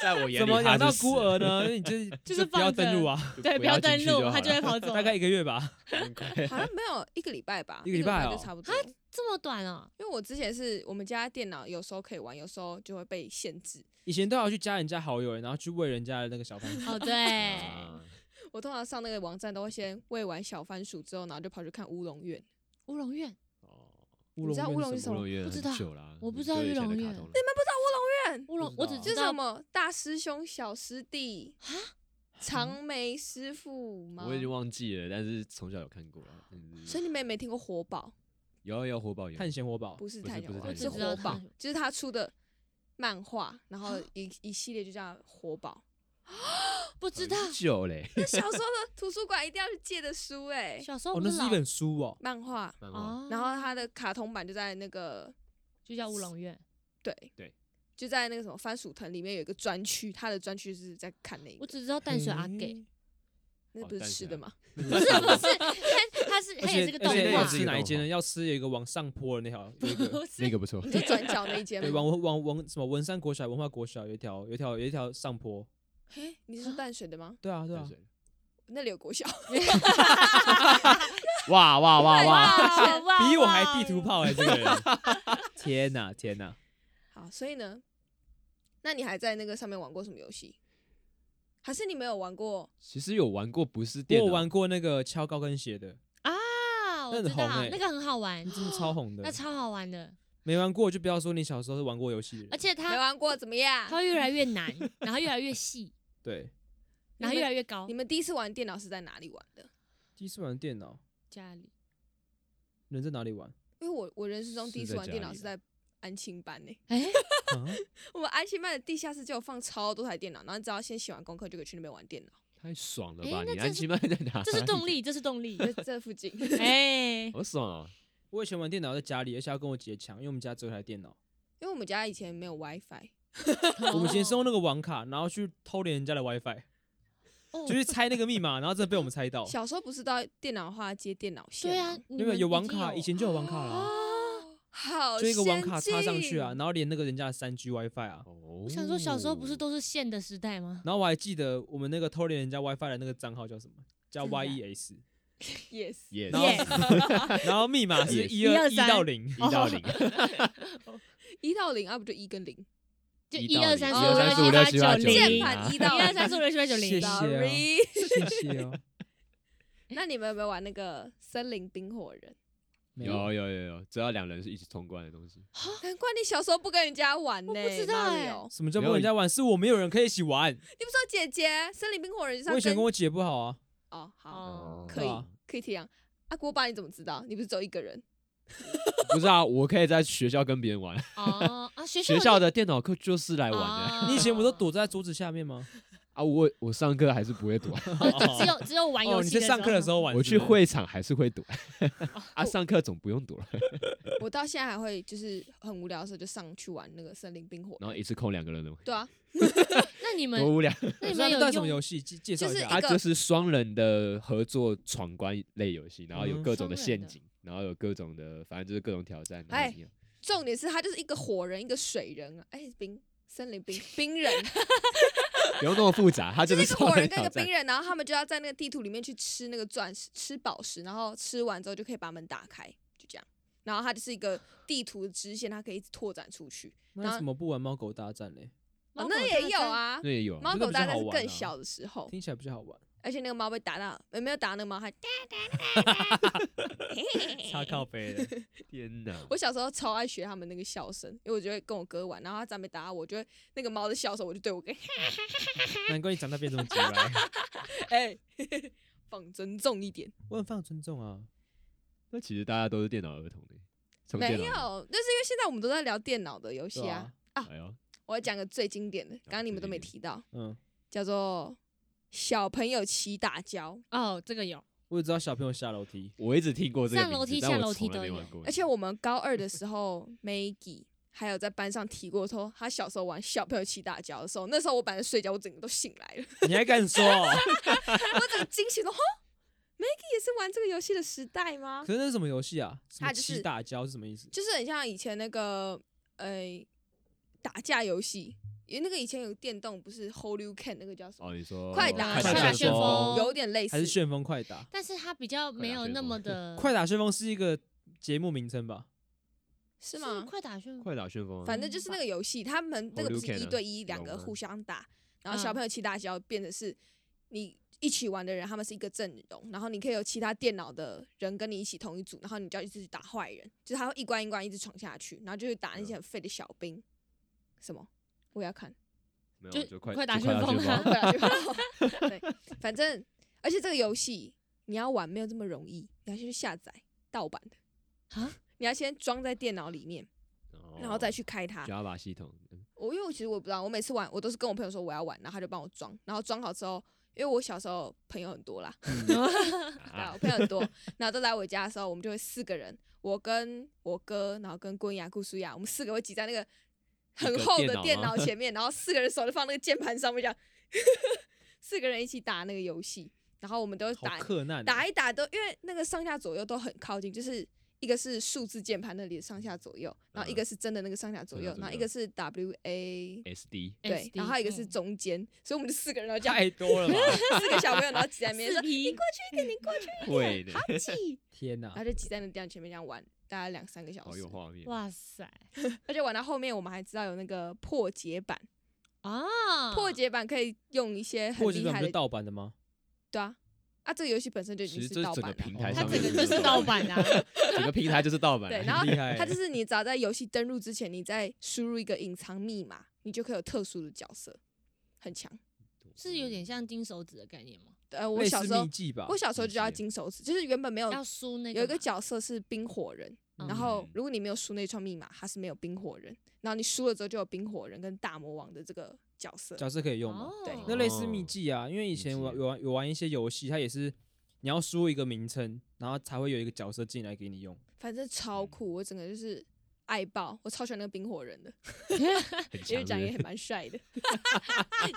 C: 在我眼里
A: 怎么
C: 他
A: 养
C: 是
A: 到
C: 死
A: 孤
C: 了
A: 儿呢？你就是
B: 就是
A: 不要
B: 放着
A: 登录啊，
B: 对，
C: 不
B: 不
C: 要
B: 要
C: 进
B: 登
C: 去就
B: 录，
C: 好
B: 它就会
C: 了
B: 跑走。
A: 大概一个月吧。
D: 好像没有一个礼拜吧，
A: 一个礼拜哦
D: 就差不多。
B: 这么短哦，
D: 因为我之前是我们家电脑有时候可以玩，有时候就会被限制。
A: 以前都要去加人家好友，然后去喂人家的那个小番薯。
B: 哦 对，
C: 啊
D: 我通常上那个网站都会先喂完小番薯之后，然后就跑去看乌龙院。
B: 乌龙院
C: 哦
A: 乌
D: 你知道乌
A: 龙
D: 龙
A: 院
D: 是
A: 是
D: 什
A: 什
C: 乌
A: 么
D: 么
C: 龙院
B: 不
C: 很
B: 知道
C: 久啦
B: 我
C: 很
B: 不知
C: 久
B: 道
C: 以
B: 乌
C: 前的
B: 龙
C: 卡
B: 院
C: 通了
B: 乌龙，
A: 不
B: 我
A: 知
B: 只
A: 道
D: 就
B: 知
D: 是什
B: 道
D: 么大师兄、小师弟
B: 哦啊，
D: 长眉师傅吗？
C: 我已经忘记了，但是从小有看过了。嗯
D: 所以你们也没听过活宝，
C: 有啊有啊火宝有
A: 探险活宝，
D: 不是
C: 不是
D: 太
C: 不是
D: 小，
C: 太
D: 是
C: 小
D: 活
B: 我
D: 宝
B: 只知道，啊
D: 就是他出的漫画，然后一一系列就叫活 宝。
B: 不知道。
C: 很久嘞，
D: 那小时候的图书馆一定要去借的书哎、
B: 小时候
A: 哦，
B: 不
A: 那
B: 是
A: 是一
B: 老
A: 本书哦。
D: 漫画，
C: 漫画
B: 哦，
D: 然后它的卡通版就在那个
B: 就叫乌龙院。
D: 对
C: 对，
D: 就在那个什么番薯藤里面有一个专区，它的专区是在看那
B: 我
D: 个，
B: 只知道啊淡水阿
C: 嗯
B: 给，
A: 嘿，
D: 那
C: 哦
D: 不是
C: 啊
D: 吃的吗？
B: 不是不是，它它是
A: 而
B: 它
A: 且
B: 也是个动
A: 而且
C: 那
A: 要
C: 也
B: 画，啊
C: 是
A: 吃
C: 一个
A: 哪一
C: 动
A: 间
C: 画
A: 呢？要吃有一个往上坡的那条，有一个
B: 不
C: 那
B: 是
C: 个不错，
D: 就转角那一间
A: 对，
D: 吗？
A: 往往往什么文山国小、文化国小有一条，有一条有一条上坡。
D: 嘿，你是说淡水的吗？
A: 对啊，对啊
C: 淡，水
D: 那里有国小，
C: 哇哇哇哇！
B: 哇哇
A: 比我还
B: 哇
A: 地图炮哎，这 个人！天哪，天哪！
D: 好，所以呢，那你还在那个上面玩过什么游戏？还是你没有玩过？
C: 其实有玩过，不是
A: 我
C: 电
A: 有
C: 脑
A: 玩过那个敲高跟鞋的，
B: 啊！我
A: 那很
B: 知
A: 红
B: 道
A: 欸
B: 那个很好玩，
A: 真的超红的
B: 哦那。超好玩的，
A: 没玩过就不要说你小时候是玩过游戏的人，
B: 而且
D: 没啊
B: 它
D: 玩过怎么样
B: 它？会越来越难，然后越来越细，
A: 对，
B: 然后越来越高
D: 你。们第一次玩电脑是在哪里玩的？
A: 第一次玩电脑，
B: 家里
A: 人在哪里玩？
D: 因为我我人生中
C: 是
D: 第一次
C: 在
D: 玩
C: 家
D: 电脑
C: 里
D: 是
C: 的
D: 在安亲班呢、
B: 哎，
A: 啊
D: 我们安亲班的地下室就有放超多台电脑，然后你只要先写完功课就可以去那边玩电脑。
C: 太爽了
B: 诶
C: 吧？
B: 那
C: 你
B: 这
C: 安
B: 是
C: 琪曼在哪？
B: 这是动，力，这是动 力。
D: 就这附近，
B: 哎，
C: 好爽啊！
A: 我以前玩电脑在家里，而且要跟我姐抢，因为我们家只有一台电脑。
D: 因为我们家以前没有 WiFi，
A: 我们以前是用那个网卡，然后去偷连人家的 WiFi，
B: 哦
A: 就去猜那个密码，然后真的被我们猜到。
D: 小时候不是都要电脑的话接电脑线
B: 对啊
D: 吗？，
B: 你
A: 因为
B: 们
A: 有
B: 已
A: 网
B: 经
A: 卡，
B: 有
A: 以前就有网卡啦，
D: 啊，好，
A: 就一个网卡插上去啊，。然后连那个人家的三 G WiFi 啊。
C: 我
B: 我想说，小时候不 是都是线的时代吗？
A: 然后我还记得我们那个偷连人家 WiFi 的那个账号叫什么？叫
B: 真的啊
A: YES，
D: Yes，
C: 也
A: 然后然后密码 是
C: Yes
A: 一二一
B: 123
A: 到零，
C: 一到零，
D: 一到零啊，不就一跟零？
B: 就
C: 一
B: 一
C: 到
B: 二
C: 零
B: 三
D: 一
B: 四
D: 二
B: 五
D: 三
B: 六
D: 四
B: 七
D: 五
B: 八
C: 六
B: 九
C: 七八九
B: 零哦
D: 键
C: 零，啊
D: 盘一到
B: 一二三四五六七八九
A: 谢
B: 零
A: 谢。啊
D: Sorry，
A: 谢谢哦。
D: 那你们有没有玩那个森林冰火人？
A: 没
C: 有有有有，只要两人是一起通关的东西，
D: 难怪你小时候不跟人家玩呢、
B: 我不知道哎
D: Mario
A: 什么叫不跟人家玩？是我们有人可以一起玩。
D: 你不是说姐姐森林冰火人就是
A: 我以
D: 要
A: 前跟
D: 跟
A: 我姐不好啊，
D: 哦好
B: 哦，
D: 可
A: 对
D: 以
A: 啊
D: 可以体谅。啊，锅巴你怎么知道？你不是只有一个人？
C: 不是啊，我可以在学校跟别人玩，
B: 哦啊，学校
C: 学校的电脑课就是来玩的
B: 哦
A: 你以前不都躲在桌子下面吗？
C: 啊。我我上课还是不会躲，
B: 哦只有只有玩游
A: 哦，
B: 戏
A: 你在上课的时候玩，
C: 我
A: 是
C: 去
A: 不是
C: 会场还是 会躲
D: 哦
C: 啊，上课总不用躲了。
D: 我到现在还会就是很无聊的时候就上去玩那个森林冰火人。
C: 然后一次空两个人的，
D: 对啊，
B: 那你们
C: 多无聊。
B: 那你
A: 那
B: 们
A: 你带什
B: 有
A: 么
B: 用
A: 游戏？介介绍一
D: 就是
A: 下
D: 哎
A: 啊
C: 它
D: 一。个
C: 啊就是双人的合作闯关类游戏，然后
D: 哦
C: 有
A: 嗯
C: 各种
B: 双人
C: 的
B: 的
C: 陷阱，然后有各种的，反正就是各种挑战。然后
D: 哎
C: 你要
D: 重点是他就是一个火人，一个水人啊，哎、冰 森林冰冰人，
C: 不用那么复杂，它
D: 就
C: 就是
D: 一
C: 是
D: 个
C: 双
D: 火人
C: 人
D: 跟一
C: 挑
D: 个
C: 战
D: 冰。人，然后他们就要在那个地图里面去吃那个钻石、吃宝石，然后吃完之后就可以把门打开，就这样。然后它就是一个地图的支线，它可以一直拓展出去。
A: 那你怎么不玩猫狗大战嘞？
D: 哦
B: 猫，
D: 那
B: 狗
D: 也
B: 大
D: 有
B: 战
D: 啊，
C: 那也有啊，
D: 猫
A: 那个
D: 狗
A: 比
D: 大
A: 较
D: 概
A: 好
D: 是
A: 玩
D: 更
A: 啊
D: 小的时候，
A: 听起来比较好 玩。
D: 而且那个猫被打到，呃，没有打到那个猫，还哎
A: 擦靠背 的，
C: 天哪！
D: 我小时候超爱学他们那个笑声，因为我就会跟我哥玩，然后他只要没打到我，就会那个猫在笑的时候，我就对我哥，
A: 难怪你长大变这么直白。
D: 哎、 放尊重一点。
A: 我很放尊重啊，
C: 那其实大家都是电脑儿童的，从
D: 没
C: 电
D: 有，
C: 脑里
D: 那是因为现在我们都在聊电脑的游戏
A: 对
D: 啊。
A: 啊，
C: 哎呦，
D: 我讲个最经典的，刚刚你们
C: 最
D: 都没
C: 经
D: 提到，
A: 嗯，
D: 叫做小朋友骑打跤。
B: 哦，这个有，
A: 我只知道小朋友下楼梯，
C: 我一直听过这个
B: 上
C: 名
B: 楼
C: 字
B: 梯
C: 但
B: 下
C: 我
B: 楼梯
C: 从来
B: 都
C: 没
B: 有
C: 玩过。
D: 而且我们高二的时候 ，Maggie 还有在班上提过说，他小时候玩小朋友骑打跤的时候，那时候我本来睡觉，我整个都醒来了，
A: 你还敢说？
D: 我整个惊醒了。哈，Maggie 也是玩这个游戏的时代吗？
A: 可是那是什么游戏啊？什么
D: 它就是
A: 骑打跤是什么意思？
D: 就是很像以前那个呃打架游戏，因为那个以前有电动，不是 Holy Can 那个叫什么？
C: 哦，你说
D: 快打
C: 快
A: 快打旋
B: 风
D: 有点类似嗯
A: 还是，旋风快打？
B: 但是它比较没有那么的
A: 快打旋风是一个节目名称吧？
D: 是吗？
B: 快打旋风，
C: 快打旋风啊，
D: 反正就是那个游戏，他们那个不
C: Hadouken
D: 是一
C: 啊
D: 对一，两
C: 懂
D: 个
C: 了
D: 互相打，然后小
B: 嗯
D: 朋友骑大跤变成是你一起玩的人，他们是一个阵容，然后你可以有其他电脑的人跟你一起同一组，然后你就要一直去打坏人，就是他会一关一关一直闯下去，然后就去打那些很废的小兵。什么？我也要看。
C: 没有
B: 就
C: 就快
B: 快打
C: 就快
B: 旋风啊
D: 对啊就 对，反正而且这个游戏你要玩没有这么容易，你要先去下载盗版的，
B: 啊，
D: 你要先装在电脑里面，然后再去开它。
C: 哦 Java 系统，嗯
D: 我因为我其实我不知道，我每次玩我都是跟我朋友说我要玩，然后他就帮我装，然后装好之后，因为我小时候朋友很多啦，对啊
C: 嗯啊
D: 我朋友很多，然后都来我家的时候，我们就会四个人，我跟我哥，然后跟棍牙、顾舒雅，我们四个会挤在那个很厚
C: 一个电脑
D: 的电脑
C: 吗
D: 前面，然后四个人手就放那个键盘上面，这样 四个人一起打那个游戏，然后我们都
A: 好
D: 打
A: 克难哦，
D: 打一打都，因为那个上下左右都很靠近，就是一个是数字键盘那里的上下左右，然后一个是真的那个上下左右
C: 嗯上，下左右
D: 然后一个是 W A。
C: SD
D: 对，
B: SD
D: 然后还有一个是中间，所以我们就四个人，然后这样
A: 太多 了吧？
D: 四个小朋友，然后挤在那边说
B: 四 P
C: 会 的，
D: 挤，
A: 天哪
D: 然后！就挤在那电脑前面这样玩，大概两三个小
C: 好
D: 时
C: 有。画面。
B: 哇塞
D: 而且玩到后面，我们还知道有那个破解版，
B: 啊，
D: 破解版可以用一些很
A: 破解
D: 厉
A: 版
D: 害
A: 不是
D: 的，
A: 盗版的吗？
D: 对啊，啊，这个游戏本身就已
C: 其
D: 经
C: 实
D: 是
C: 这
D: 盗
C: 整个
D: 版
C: 平
D: 了，
C: 台
A: 哦
B: 它
C: 上
B: 这
C: 面
B: 个就是盗版 啊，
C: 整个平台就是盗版。
D: 对，然后
A: 厉害欸
D: 它就是你只要在游戏登录之前，你再输入一个隐藏密码，你就可以有特殊的角色，很强。
B: 是有点像金手指的概念吗？
D: 呃，我
A: 类
D: 小
A: 似
D: 时候
A: 秘技吧？
D: 我小时候就叫它金手指，就是原本没有
B: 要输那个
D: 哦有一个
B: 嘛
D: 角色是冰火人，
B: 嗯
D: 然后如果你没有输那串密码，它是没有冰火人，然后你输了之后就有冰火人跟大魔王的这个角色。
A: 角色可以用吗？
B: 哦
D: 对
A: 那类似秘技啊，因为以前
C: 秘
A: 我
C: 技
A: 有玩有玩一些游戏，它也是你要输一个名称，然后才会有一个角色进来给你用。
D: 反正
A: 嗯
D: 超酷，我整个就是爱爆，我超喜欢那个冰火人的，
C: 很
D: 因
C: 强
D: 为长得也很蛮 帅的。。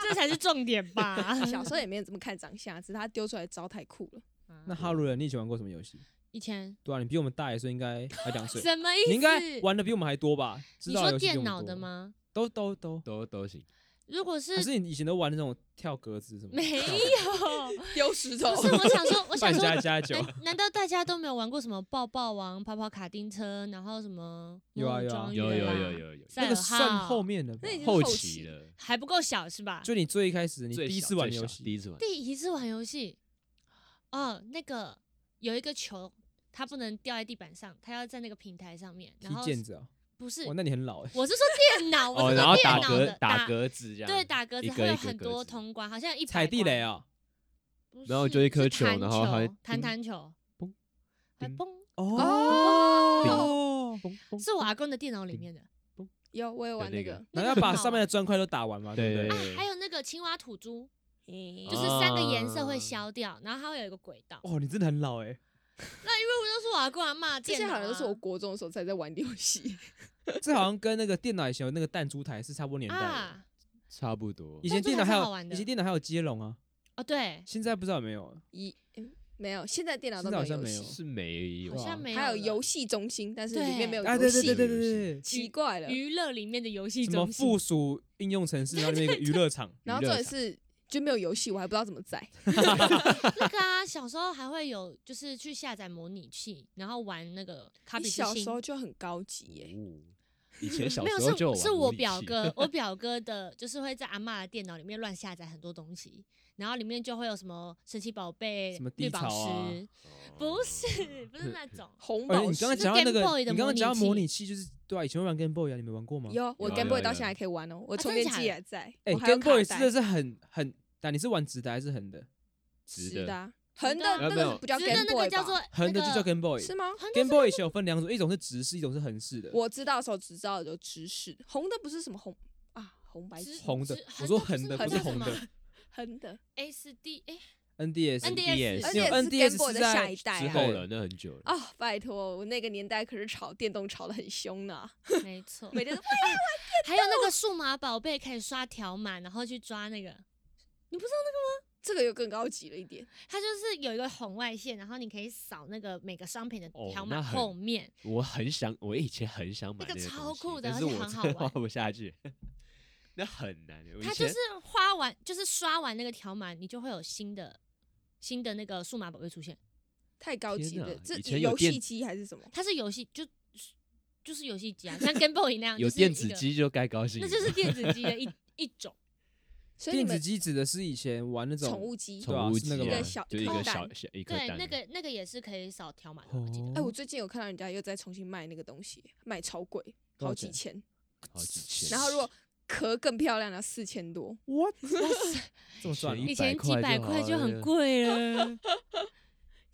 B: 这才是重点吧
D: 小时候也没有怎么看长相，只是他丢出来的招太酷了。
B: 啊
A: 那哈鲁人，你以前玩过什么游戏？
B: 以前
A: 对啊，你比我们大一岁，应 该还两岁，
B: 什么意思？
A: 你应该玩的比我们还多吧？知
B: 你
A: 道
B: 说
A: 游戏比我
B: 电
A: 们
B: 脑的
A: 多？
B: 吗？
A: 都都都，
C: 都都行。
B: 如果是
A: 还是你以前都玩那种跳格子什么？
B: 没有，
A: 跳
B: 不
D: 丢石头，
B: 是我想说，我想
A: 半
B: 说，
A: 加加九，
B: 难难道大家都没有玩过什么抱抱王、跑跑卡丁车，然后什么
A: 有啊
B: 梦
A: 有啊
B: 庄
C: 有有
B: 园啊
C: 有有有，
B: 赛
A: 那个
B: 尔
A: 算
B: 号
A: 后面的吧
D: 那？已经
C: 后
D: 后
C: 期
D: 了。
C: 了。
B: 还不够小是吧？
A: 就你最一开始，你
C: 最
A: 第一
C: 小
A: 次玩
C: 最
A: 游
C: 小
A: 戏，
C: 第一次玩，
B: 第一次玩游戏，哦，那个有一个球，它不能掉在地板上，它要在那个平台上面，然
A: 踢
B: 后
A: 毽子啊！
B: 不是
A: 哇，，那你很老哎。
B: 我是说电脑，我
C: 哦，
B: 是
C: 然
B: 说
C: 后
B: 电
C: 打
B: 脑
C: 格
B: 的
C: 打格子这样，
B: 对，打格
C: 一
B: 子
C: 格
B: 会
C: 一
B: 有
C: 格
B: 很
C: 格
B: 多
C: 子
B: 通关，好像一百
A: 踩地
B: 关
A: 雷，啊！
B: 不
C: 然后
B: 是
C: 就一
B: 是
C: 颗球
B: 弹
C: 然后它会
B: 球弹
C: 叮
B: 弹球，
C: 嘣
B: 还
C: 叮
B: 嘣，
A: 哦，
C: 嘣嘣
B: 是我阿公的电脑里面的
D: 有，我有玩
C: 有那
D: 那
C: 个
D: 个，
A: 然
B: 那
A: 后要
B: 个
A: 把
B: 很好欸
A: 上面的砖块都打完嘛，
C: 对
A: 不
C: 对
A: 对？
B: 啊，还有那个青蛙土猪，
D: 嗯
B: 就是三个颜色
C: 啊
B: 会消掉，然后它会有一个轨道。
A: 哦，你真的很老哎，
B: 那因为我都是我阿公阿妈
D: 这
B: 电
D: 些
B: 脑、
D: 好
B: 啊，
D: 像都是我国中的时候才在玩的游戏。
A: 这好像跟那个电脑以前有那个弹珠台是差不多年代的。
B: 啊，
C: 差不多
A: 以。前电脑还
B: 弹珠台是好
A: 有，
B: 玩的
A: 以前电脑还有接龙啊，
B: 哦对，
A: 现在不知道有没有。
D: 一嗯没有，现在电脑
A: 现
D: 都
A: 在好
D: 没
A: 像
D: 游
A: 没
D: 戏
A: 有
C: 是没啊哦
B: 好像没
D: 还有
B: 了
D: 游戏中心，但是里
B: 对
D: 面没有
A: 啊，
D: 游
A: 对
D: 戏，
A: 对对对对
C: 游
A: 对
D: 奇怪了。
B: 娱乐里面的游戏
A: 对，什么
B: 中
A: 附
B: 心，
A: 属应用程式，然后那个娱乐场，
D: 然后
C: 娱
D: 重
C: 乐
D: 点
C: 场
D: 是就没有游戏，我还不知道怎么载。
B: 那个啊，小时候还会有就是去下载模拟器，然后玩那个卡
D: 你
B: 比之
D: 小
B: 心
D: 时。候就很高级耶，
C: 哦以前小
B: 没
C: 时候就
B: 有，
C: 有玩
B: 是是
C: 模
B: 我
C: 拟
B: 表
C: 器，
B: 哥， 我表哥的，就是会在阿嬷的电脑里面乱下载很多东西，然后里面就会有什么神奇宝贝、
A: 什么
B: 绿
A: 地
B: 宝
A: 草啊
B: 石，不是不是那 种，
D: 红
A: 而且
D: 宝
A: 哦你
D: 石
A: 刚刚讲到那
B: 是 Game
A: 个，
B: Boy
A: 你
B: 的
A: 刚刚讲到
B: 模拟器
A: 模拟器，就是对啊，以前会玩 Game Boy 啊，你们玩过吗？
D: 有，我
C: 有
D: Game
C: 有
D: Boy
C: 有
D: 到现在还可以玩哦，我
B: 啊
D: 充
B: 真
D: 电
B: 的
D: 器
B: 假
D: 也在，
A: 哎
D: 我还有
A: ，Game Boy
D: 卡
A: 真
D: 带
A: 的是很很，但你是玩直的还是横的？
C: 值
D: 的
C: 得。
D: 啊，横的
B: 那
D: 那
C: 没有
D: 个不叫
B: 直的
D: Game
B: 那个
D: Boy
B: 叫做
D: 吧？
A: 横的就叫
B: 那个
A: Game Boy。
D: 是吗？
B: 横的
A: Game Boy 有分两种，一种是直视，一种是横视的。
D: 我知道的时候只知道有直视的，红的不是什么红啊，红白
B: 直
D: 机
A: 红的
B: 直，
A: 我说
B: 横
A: 横
B: 的
A: 的不
B: 不是
A: 是红
B: 那叫什
A: 的
D: 横的，
B: SD 哎
A: NDS
B: NDS
D: 而
A: 没有
D: 且是
A: NDS
D: Game Boy 的
A: 是在
D: 下一代
C: 之
D: 啊
C: 后了，那很久了。
D: 啊！拜托，我那个年代可是炒电动炒的很凶呢，
B: 没错，
D: 每天都
B: 还有那个数码宝贝可以刷条码，然后去抓那个，
D: 这个又更高级了一点。
B: 它就是有一个红外线，然后你可以扫那个每个商品的
C: 哦
B: 条码
C: 那很
B: 后面。
C: 我很想，我以前很想买
B: 那个
C: 个
B: 超
C: 东西
B: 酷的
C: 但
B: 而
C: 是
B: 且
C: 我
B: 很
C: 真
B: 好
C: 的花
B: 玩
C: 不下去，那很难。我以
B: 它就
C: 前
B: 是花完，就是刷完那个条码，你就会有新的新的那个数码宝贝出现。
D: 太高级
C: 天哪
D: 了，这
C: 以前有
D: 游
C: 电
D: 戏机还是什么？
B: 它是游戏，就就是游戏机啊，像 Game Boy 那样，
C: 有
B: 就是
C: 电
B: 一
C: 子
B: 个，
C: 机就该高兴了，
B: 那就是电子机的一一种。
D: 所以你
A: 电子
D: 们
A: 机指的是以前玩那种
D: 宠物机，
A: 对啊
C: 宠物
A: 是那
C: 机
A: 个
C: 啊
A: 吗
D: 小
C: 就一
D: 颗
C: 个
D: 蛋
C: 小小一颗
B: 对，
C: 蛋，
B: 那个那个也是可以扫条码的，我
A: 哦
B: 记得。
D: 哎，我最近有看到人家又在重新卖那个东西，卖超贵，
A: 多少
D: 好几
A: 钱
D: 千。
C: 好几千。
D: 然后如果壳更漂亮的四千多，
A: ，what？这么赚
C: 便宜
A: 啊？
B: 以前几百块就很贵了，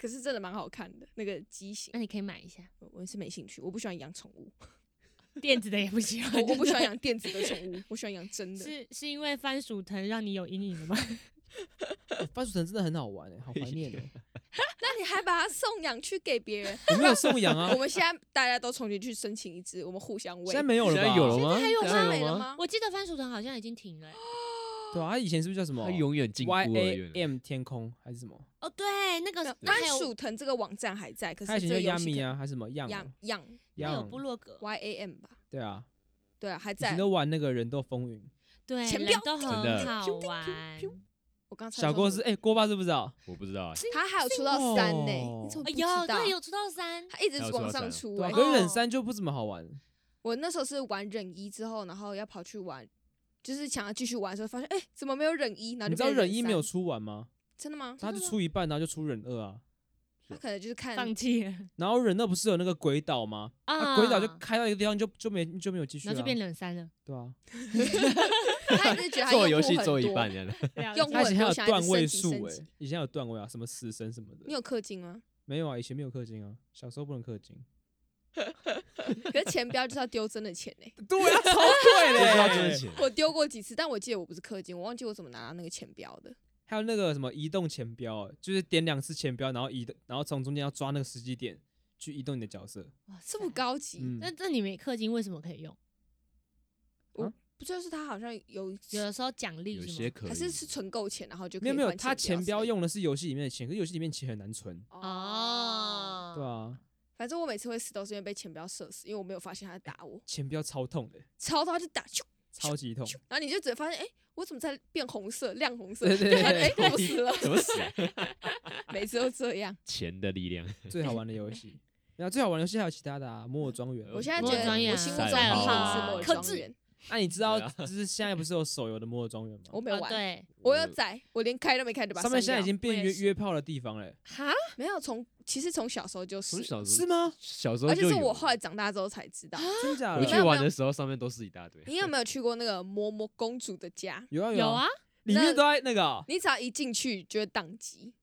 D: 可是真的蛮好看的那个机型
B: 那。你可以买一下
D: 我我是没兴趣，我不喜欢养宠 物，
B: 电子的也不喜欢
D: 我，我不喜欢
B: 对
D: 养电子的宠物，我喜欢养真的。
B: 是是因为番薯藤让你有阴影了吗？
A: 哎番薯藤真的很好玩哎，好怀念 哦。
D: 那你还把它送养去给别人？
A: 我没有送 养啊
D: 我，们现在大家都重新去申请一只，我们互相喂
A: 现在。没有
C: 现
A: 了吧？
C: 在有了吗？
B: 有
C: 现
D: 现在
C: 在
D: 没
C: 有
D: 了
C: 吗？
D: 吗？
B: 我记得番薯藤好像已经停了欸、
A: 对啊，它以前是不是叫什么
C: 它永远进步
A: Y
C: 了，
A: A
C: 原来
A: M 天空还是什么？
B: 哦，对，那个
D: 番
B: 还有
D: 薯藤这个网站还在，可
A: 它
D: 是
A: 以前
D: 这
A: 叫
D: 个游
A: 亚
D: 戏
A: 米
D: 可
A: 啊，还是什么样
D: 养养
B: 还有部
A: 样？
B: 落格，
D: Y A M 吧？
A: 对啊，
D: 对啊，还
A: 以前
D: 在。
A: 都玩那个人斗风云。
B: 对，
D: 前
B: 人
D: 标
B: 都
C: 的
B: 很好
D: 咻
B: 玩。
D: 我刚才
A: 小
D: 说
A: 郭
D: 什
A: 是
D: 么
A: 哎，郭爸知不知道？
C: 我不知道啊，
D: 他还有出到三呢，
A: 哦
D: 你怎么
B: 哎
D: 不知
B: 呦，
D: 道
B: 对，？有出到三，
D: 他一直
C: 还有出到
D: 往
C: 三
D: 上
C: 啊
D: 出
A: 对啊，
D: 哎。
A: 可是
B: 哦
A: 忍三就不怎么好玩。
D: 我那时候是玩忍一之后，然后要跑去玩，就是想要继续玩的时候，发现哎，怎么没有忍一？然后
A: 你
D: 就
A: 知道
D: 变成
A: 忍一没
D: 三
A: 有出完吗？
D: 真的吗？
A: 他就
B: 吗
A: 出一半，然后就出忍二啊。
D: 他可能就是看
B: 放弃了
A: 然后忍二不是有那个鬼岛吗？那啊鬼岛就开到一个地方就就没就没有继续
B: 然
A: 了
B: 后啊就
A: 啊。
B: 变冷三了。
A: 对啊，
D: 他一直觉得他
C: 做
D: 用
C: 游
D: 户
C: 戏
D: 很
C: 做一
D: 多
C: 半，这样的。
D: 用户
A: 他以
D: 很
A: 前还有
D: 多，想要一
A: 段
D: 直
A: 位
D: 升级
A: 数
D: 升
A: 哎
D: 级。，
A: 以前还有段位啊，什么死神什么
D: 你
A: 的。
D: 有氪金吗？
A: 没有啊，以前没有氪金啊，小时候不能氪金。
D: 可是钱标就是要丢真的钱 呢、
A: 对啊，超贵
C: 不知道真
A: 的
C: 的
A: 欸。
C: 钱，
D: 我丢过几次，但我记得我不是氪金，我忘记我怎么拿到那个钱标的。
A: 还有那个什么移动钱标，欸就是点两次钱标，然后移动，然后从中间要抓那个时机点去移动你的角色。
B: 哇塞
D: 这么？高级，
A: 嗯，
B: 那这里面氪金为什么可以用？
D: 不就是他好像有一次
B: 有的时候奖励
C: 有
B: 是
C: 些
B: 吗？
C: 可以
D: 还是是存够钱，然后就可
A: 没
D: 以
A: 有没有，
D: 换
A: 他钱标
D: 之类
A: 用的是游戏里面的钱，可是游戏里面钱很难存。
D: 的
B: 哦，
A: 对啊，
D: 反正我每次会死都是因为被钱标射死，因为我没有发现他在打我，
A: 钱标超痛的，
D: 超到他就打咻
A: 超级痛。
D: 咻，然后你就只会发现，哎、我怎么在变红色、亮红色？
A: 对对对
D: 哎、
A: 对
D: 我死了，
C: 怎么死啊？
D: 每次都这样。
C: 钱的力量，
A: 最好玩的游戏。然后最好玩的游戏还有其他的啊，《摩尔庄园》。
D: 我现在
B: 摩
D: 觉
B: 尔
D: 得
B: 庄园
D: 我
B: 啊
D: 心目中
B: 赛
D: 第一名
B: 跑
D: 是摩尔
B: 克
D: 庄
B: 制
D: 园，
A: 那、你知道，
C: 对啊
A: 就是现在不是有手游的《摩尔庄园》
D: 我
A: 吗？
D: 没有
B: 哦
D: 玩，
B: 对，
D: 我有载，我连开都没开就把它
A: 上面现
D: 删
A: 在已
D: 掉
A: 经变
B: 我
A: 约
B: 也是
A: 约炮的地方了，欸
B: 哈，
D: 没有从，其实从小时候就是
C: 从
D: 了，
C: 小
A: 哦
C: 时
A: 是
C: 候
A: 吗？
C: 小时候
D: 而且
C: 就是有
D: 我
C: 了
D: 后来长大之后才知道。
A: 真假
C: 回
D: 你
A: 的？
D: 们
C: 去
D: 有没
C: 玩
D: 有
C: 的时候，上面都是一大 堆。
D: 你有没有去过那个嬷嬷公主的家？
A: 有啊
B: 有
A: 啊
B: 啊，，
A: 里面都在那个哦、
D: 你只要一进去就会宕机。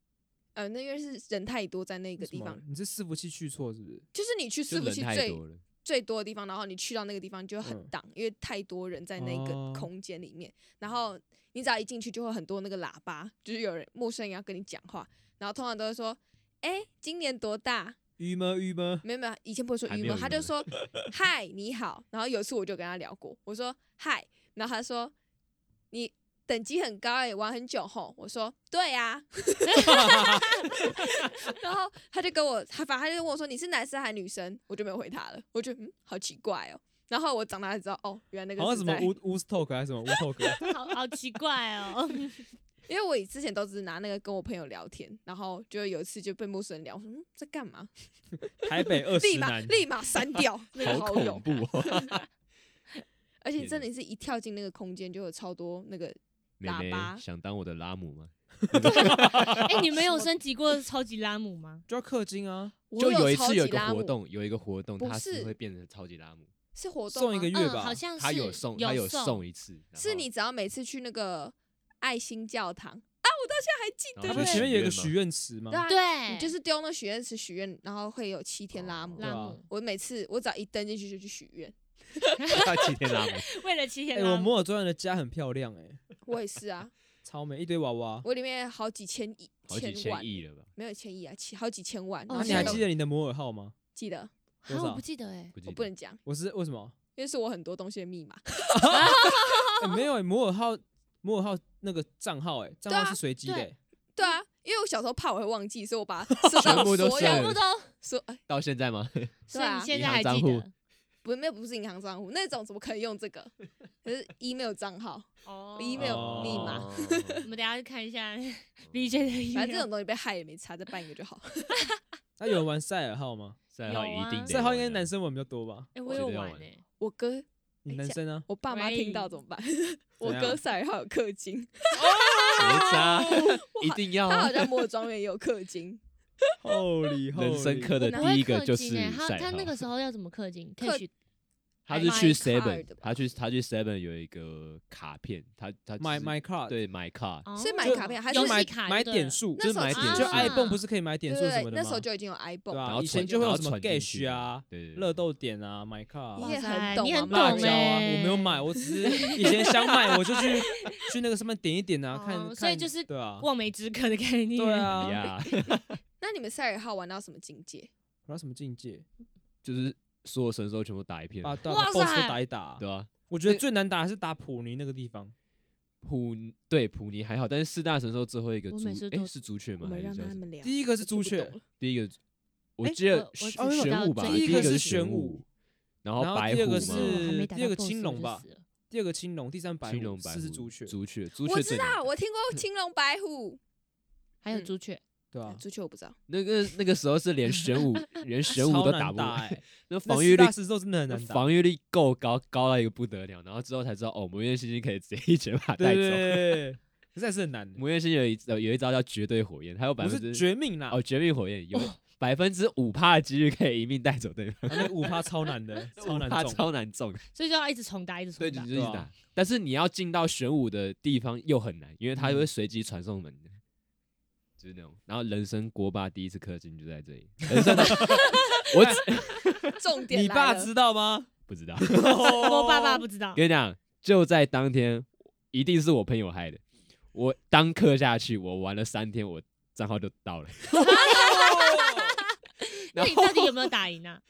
D: 呃，那因为是人太多，在那
A: 那
D: 个地方，
A: 你这伺服器去错是不是？
D: 就是你去
C: 就
D: 伺服
C: 人
D: 器
C: 太
D: 最
C: 多了，
D: 最多的地方，然后你去到那个地方就很
A: 嗯
D: 荡，因为太多人在那
A: 哦
D: 个空间里面。然后你只要一进去，就会很多那个喇叭，就是有人陌生人要跟你讲话，然后通常都会说：“哎、今年多大
A: 郁闷郁闷？”，
D: 没有没有，以前不会说
C: 还
D: 郁
C: 没有
D: 闷，他
C: 郁闷
D: 就说：“嗨，你好。”然后有一次我就跟他聊过，我说：“嗨。”然后他说：“你等级很高哎、玩很久吼。”我说：“对 啊。”然后他就跟我，他反正他就问我说：“你是男生还是女生？”我就没有回他了，我觉得嗯，好奇怪哦。然后我长大才知道，哦，原来那
A: 好
D: 个
A: 像
D: 是
A: 什么
D: 在，
A: 乌乌 talk 还是什么乌 talk，
B: 好好奇怪哦。
D: 因为我以之前都只是拿那个跟我朋友聊天，然后就有一次就被陌生人聊，我说嗯，在干嘛？
A: 台北二
D: 立
A: 十
D: 马
A: 男，
D: 立马删 掉那个
C: 好
D: 好友
C: 恐，怖哦！
D: 而且
C: 天
D: 真
C: 哪
D: 的是一跳进那个空间就有超多那个
C: 妹
D: 喇
C: 妹
D: 叭
C: 想当我的拉姆吗？
B: 哎，你们有升级过超级拉姆吗？
A: 就要氪金啊，
D: 我
C: 就有一
D: 超
C: 次有一
D: 级
C: 个
D: 拉
C: 活
D: 姆，
C: 动，有一个活动，
D: 不
C: 它是
D: 是
C: 会变成超级拉姆，
D: 是活动
A: 送一
D: 吗
A: 个月
B: 嗯，
A: 吧。
B: 好像是
C: 他有送，他
B: 有
C: 送一次，然
D: 是
C: 后
D: 你只要每次去那个爱心教堂，
C: 然
D: 对
C: 后
A: 它
C: 就
A: 不是前面
C: 许
A: 有一个
C: 愿嘛
A: 许愿池
C: 嗯
A: 吗？
D: 对啊，
B: 对，
D: 你就是丢那许愿池许愿，然后会有七天拉
C: 哦
D: 姆。
B: 拉
A: 对啊
B: 姆，
D: 我每次我只要一登进去就去许愿，
C: 到七天 拉姆，
B: 为了七天
A: 哎，
D: 啊
B: 拉
A: 我
B: 姆，
A: 摩尔庄园的家很漂亮哎，
D: 我也是 啊，
A: 超美，一堆娃娃。
D: 我里面好几千亿、
C: 好几
D: 万
C: 千，亿了吧？
D: 没有千亿啊，七好几千万。
B: 哦
D: 然后
A: 你还
D: 现在
A: 记
D: 都
A: 得你的摩尔号吗？
D: 记得？
A: 多
B: 啊
A: 少
B: 我不记得哎，
C: 不记
D: 我哦
C: 得
D: 不能讲，
A: 我是为什么？
D: 因为是我很多东西的密码。
A: 哎没有哎，摩尔号，摩尔号那个账号哎，账
D: 对啊
A: 号是随机的
B: 对
A: 哎。
D: 对啊，因为我小时候怕我会忘记，所以我 把它设
C: 全
D: 到
C: 部都
D: 所
C: 设
D: 有
B: 全部都，
D: 所哎
C: 到现 在吗？
B: 所以
D: 对啊
B: 你现
C: 银
B: 在
C: 行
B: 还
C: 账
B: 记
C: 户
B: 得
D: 不那不是银行账户，那种怎么可能用这个？可是 email 账号，
B: 哦
D: email 密码
C: 哦。
B: 我们等一下去看一下 BJ 的 email，
D: 反正这种东西被害也没差，再办一个就好。
A: 那有人玩赛尔号吗？
C: 赛号一定
B: 有啊
C: 得
A: 赛尔号应该
C: 嗯玩啊
A: 男生玩比较多吧？
B: 哎，我
C: 觉
B: 有
C: 得要
B: 玩
C: 玩
B: 哎，
D: 我哥，
A: 你男生啊 呢？
D: 我爸妈听到
B: 喂
D: 怎么办？ 我
A: 怎
D: 哥
A: 样
D: 赛尔号有氪金，
C: 结扎， 一定
A: 哦
C: 要
D: 他
C: 啊
D: 好像摩尔庄园也有氪金，
A: 厚礼厚
C: 人生课的
B: 我会
C: 第一个
B: 氪
C: 就是
B: 金哎他
C: 赛
B: 他那
C: 号
B: 个时候要怎么氪金？可
D: 氪
B: 以去
C: 他
D: 买
C: 是去
D: My Card
C: Seven，
D: 的吧
C: 他去他去 Seven 有一个卡片，他他只
A: 买啊
C: 是
A: 买 card，，
C: 对买卡，
B: 哦
D: 所以买卡片还是
B: 游
A: 就
B: 戏
A: 买
B: 卡就
A: 买
B: 对
A: 点
B: 了
A: 数，
D: 那
C: 就是
D: 时候
C: 买
D: 就
C: 点
D: 是
C: 数
A: 就
B: 啊
A: iPhone 不是可以买点
D: 对
A: 数
D: 对
A: 什
D: 对
A: 么，的吗？
D: 那时候就已经有
A: 对
D: iPhone，
A: 吧、
C: 然后
A: 以前
C: 存
A: 就会
C: 然
A: 有
C: 后
A: 什么
C: 存进去
A: Gash 啊、
C: 对对对
A: 乐豆点啊、My Car
D: 你
A: 啊、
D: 也很
B: 塞
D: 懂
B: 你
D: 嘛
B: 很懂
A: 辣
D: 妈
A: 椒啊，
B: 哎，
A: 我没有买，我只是以前想买我就去去那个上面点一点啊，看，
B: 哦
A: 看
B: 所以就是
A: 对啊，
B: 望梅止渴的概念。
A: 对，啊，
C: 呀，
D: 那你们赛尔号玩到什么境界？
A: 玩到什么境界？
C: 就是所有神兽全部打一片，
A: 把打
B: 哇
A: 把 BOSS
B: 塞
A: 都打一打，
C: 对吧？
A: 我觉得最难打还是打普尼那个地方，
C: 普对普尼还好，但是四大神兽最后一个
B: 我
C: 朱
B: 每次
C: 诶
B: 都
C: 是朱雀
D: 我
C: 吗？
D: 们
C: 还是
D: 让
C: 叫
D: 他
C: 什么？
D: 们聊。
A: 第一个是
D: 我
A: 朱
D: 听不
A: 雀
D: 懂，了
C: 第一个我
A: 诶
C: 记得
B: 我我
C: 是
B: 只知
C: 玄
B: 道
C: 武吧，
B: 最
A: 第一个
C: 个
A: 是
C: 玄
A: 玄武，
C: 然后
A: 然后
C: 白
A: 第二
C: 虎
A: 个
C: 嘛，
A: 是
B: 我还没打
A: 第二
B: 到
A: 个
B: boss
A: 青龙
B: 我就
A: 吧
B: 死了
A: 第二个青龙，第三白
C: 青龙
A: 虎，
C: 白
A: 四
C: 虎
A: 是朱雀，
C: 朱雀朱
D: 我
C: 雀
D: 知
C: 最难
D: 道，
C: 打
D: 我听 过青龙白虎，
B: 还有
D: 嗯
B: 朱雀，
A: 对啊，
D: 朱雀我不知道。
C: 那个那个时候是连玄武连玄武
A: 超
C: 都
A: 难
C: 不
A: 打
C: 完，
A: 哎，
C: 那
A: 那
C: 防
A: 四
C: 御力
A: 大石头真的很
C: 那
A: 难打，
C: 防御力够高，高到一个不得了。然后之后才知道，哦，魔焰星星可以直接一拳把它带
A: 对对
C: 走。
A: 对 对，实在是很难的，
C: 魔焰星星有一呃有一招叫绝对火焰，它有百
A: 不
C: 分
A: 是
C: 之
A: 绝命啦，
C: 哦绝命火 焰有百分之五帕的几率可以一命带走对方，
A: 啊那个五趴超难 的，超难
C: 它
A: 中。
C: 超难中，
B: 所以就要一直重打，一直
C: 对，
B: 重
C: 就
B: 打
C: 是。一直
A: 对
C: 打
A: 啊。
C: 但是你要进到玄武的地方又很难，因为它
A: 嗯
C: 会随机传送门的。就是那种，然后人生锅巴第一次氪金就在这里，人 生的我只
D: 重点
A: 你
D: 来
A: 爸
D: 了
A: 知道吗？
C: 哎不知道，
B: 我
A: 我
B: 爸爸不知道，
C: 跟你讲，就在当天，一定是我朋友害的。我当课下去，我玩了三天，我账号就到了。
B: 那你到底有没有打赢啊？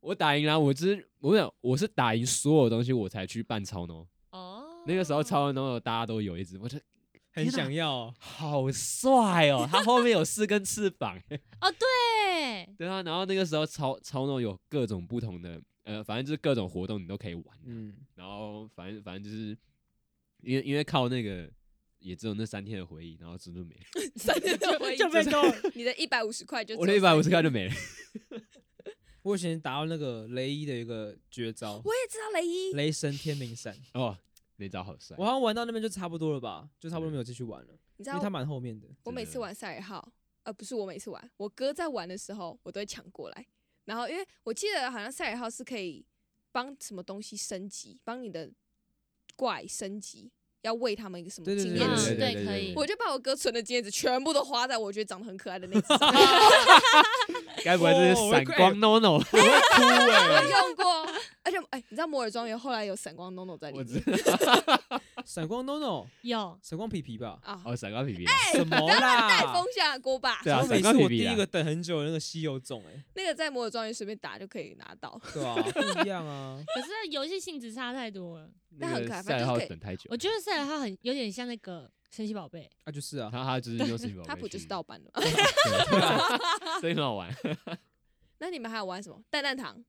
C: 我打赢了，我只我想我是打赢所有东西，我才去办超能。
B: 哦，
C: 那个时候超能大家都有一只，我觉得
A: 很想要哦，
C: 好帅哦，它后面有四根翅膀。
B: 哦，对，
C: 对啊，然后那个时候超超能有各种不同的，呃，反正就是各种活动你都可以玩。
A: 嗯，
C: 然后反正反正就是因为因为靠那个也只有那三天的回忆，然后真的没了。
D: 三天的回忆
B: 就被
D: 是
B: 勾了
D: 你的一百五十块就
C: 我的
D: 只
C: 一
D: 有
C: 百五
D: 三
C: 十块就没了。
A: 我以前打到那个雷伊的一个绝 招，
D: 我也知道雷伊，
A: 雷神天明闪，
C: 哦，那招好帅
A: 我。好像玩到那边就差不多了吧，就差不多
C: 对
A: 没有继续玩了，
D: 你知
A: 因
D: 道
A: 为它蛮后面的。
D: 我每次
C: 的
D: 玩赛尔号，呃，不是我每次玩，我哥在玩的时候，我都会抢过来。然后因为我记得好像赛尔号是可以帮什么东西升级，帮你的怪升级，要喂他们一个什么
A: 对对
D: 经
A: 对
D: 验
A: 对
D: 值
B: 嗯，
A: 对
C: 对
B: 对，可以
C: 对。
D: 我就把我哥存的经验值全部都花在我觉得长得很可爱的 那只上面
C: 该不会这是闪光 NONO？
A: 我 会哭
D: 我
A: 哎！
D: 用过。而且，哎、你知道摩尔庄园后来有闪光 NONO 在里
C: 我知
D: 面
C: 道。
A: 闪光 NONO，
B: 有
A: 闪光皮皮 吧？
D: 啊？
C: 哦，闪光皮皮啊。
A: 什么
D: 带
A: 啦
D: 风？下锅巴，
C: 对啊
A: 我每
C: 闪
A: 次
C: 光皮
A: 我
C: 皮
A: 第
C: 啊
A: 一个等很久的那个稀有种哎，
D: 那个在摩尔庄园随便打就可以拿到。
A: 对啊， 不一样啊。
B: 可是游戏性质差太多了。
C: 那
D: 但很
C: 个
D: 可爱反正
C: 赛
D: 就
C: 号
D: 是可以
C: 等太久
B: 我，觉得赛尔号很有点像那个神奇宝贝，
A: 啊，就是啊，
C: 他他就是用神奇宝贝去，
D: 它不就是盗版的吗？
C: 对，啊所以很好玩。
D: 那你们还有玩什么？蛋蛋糖？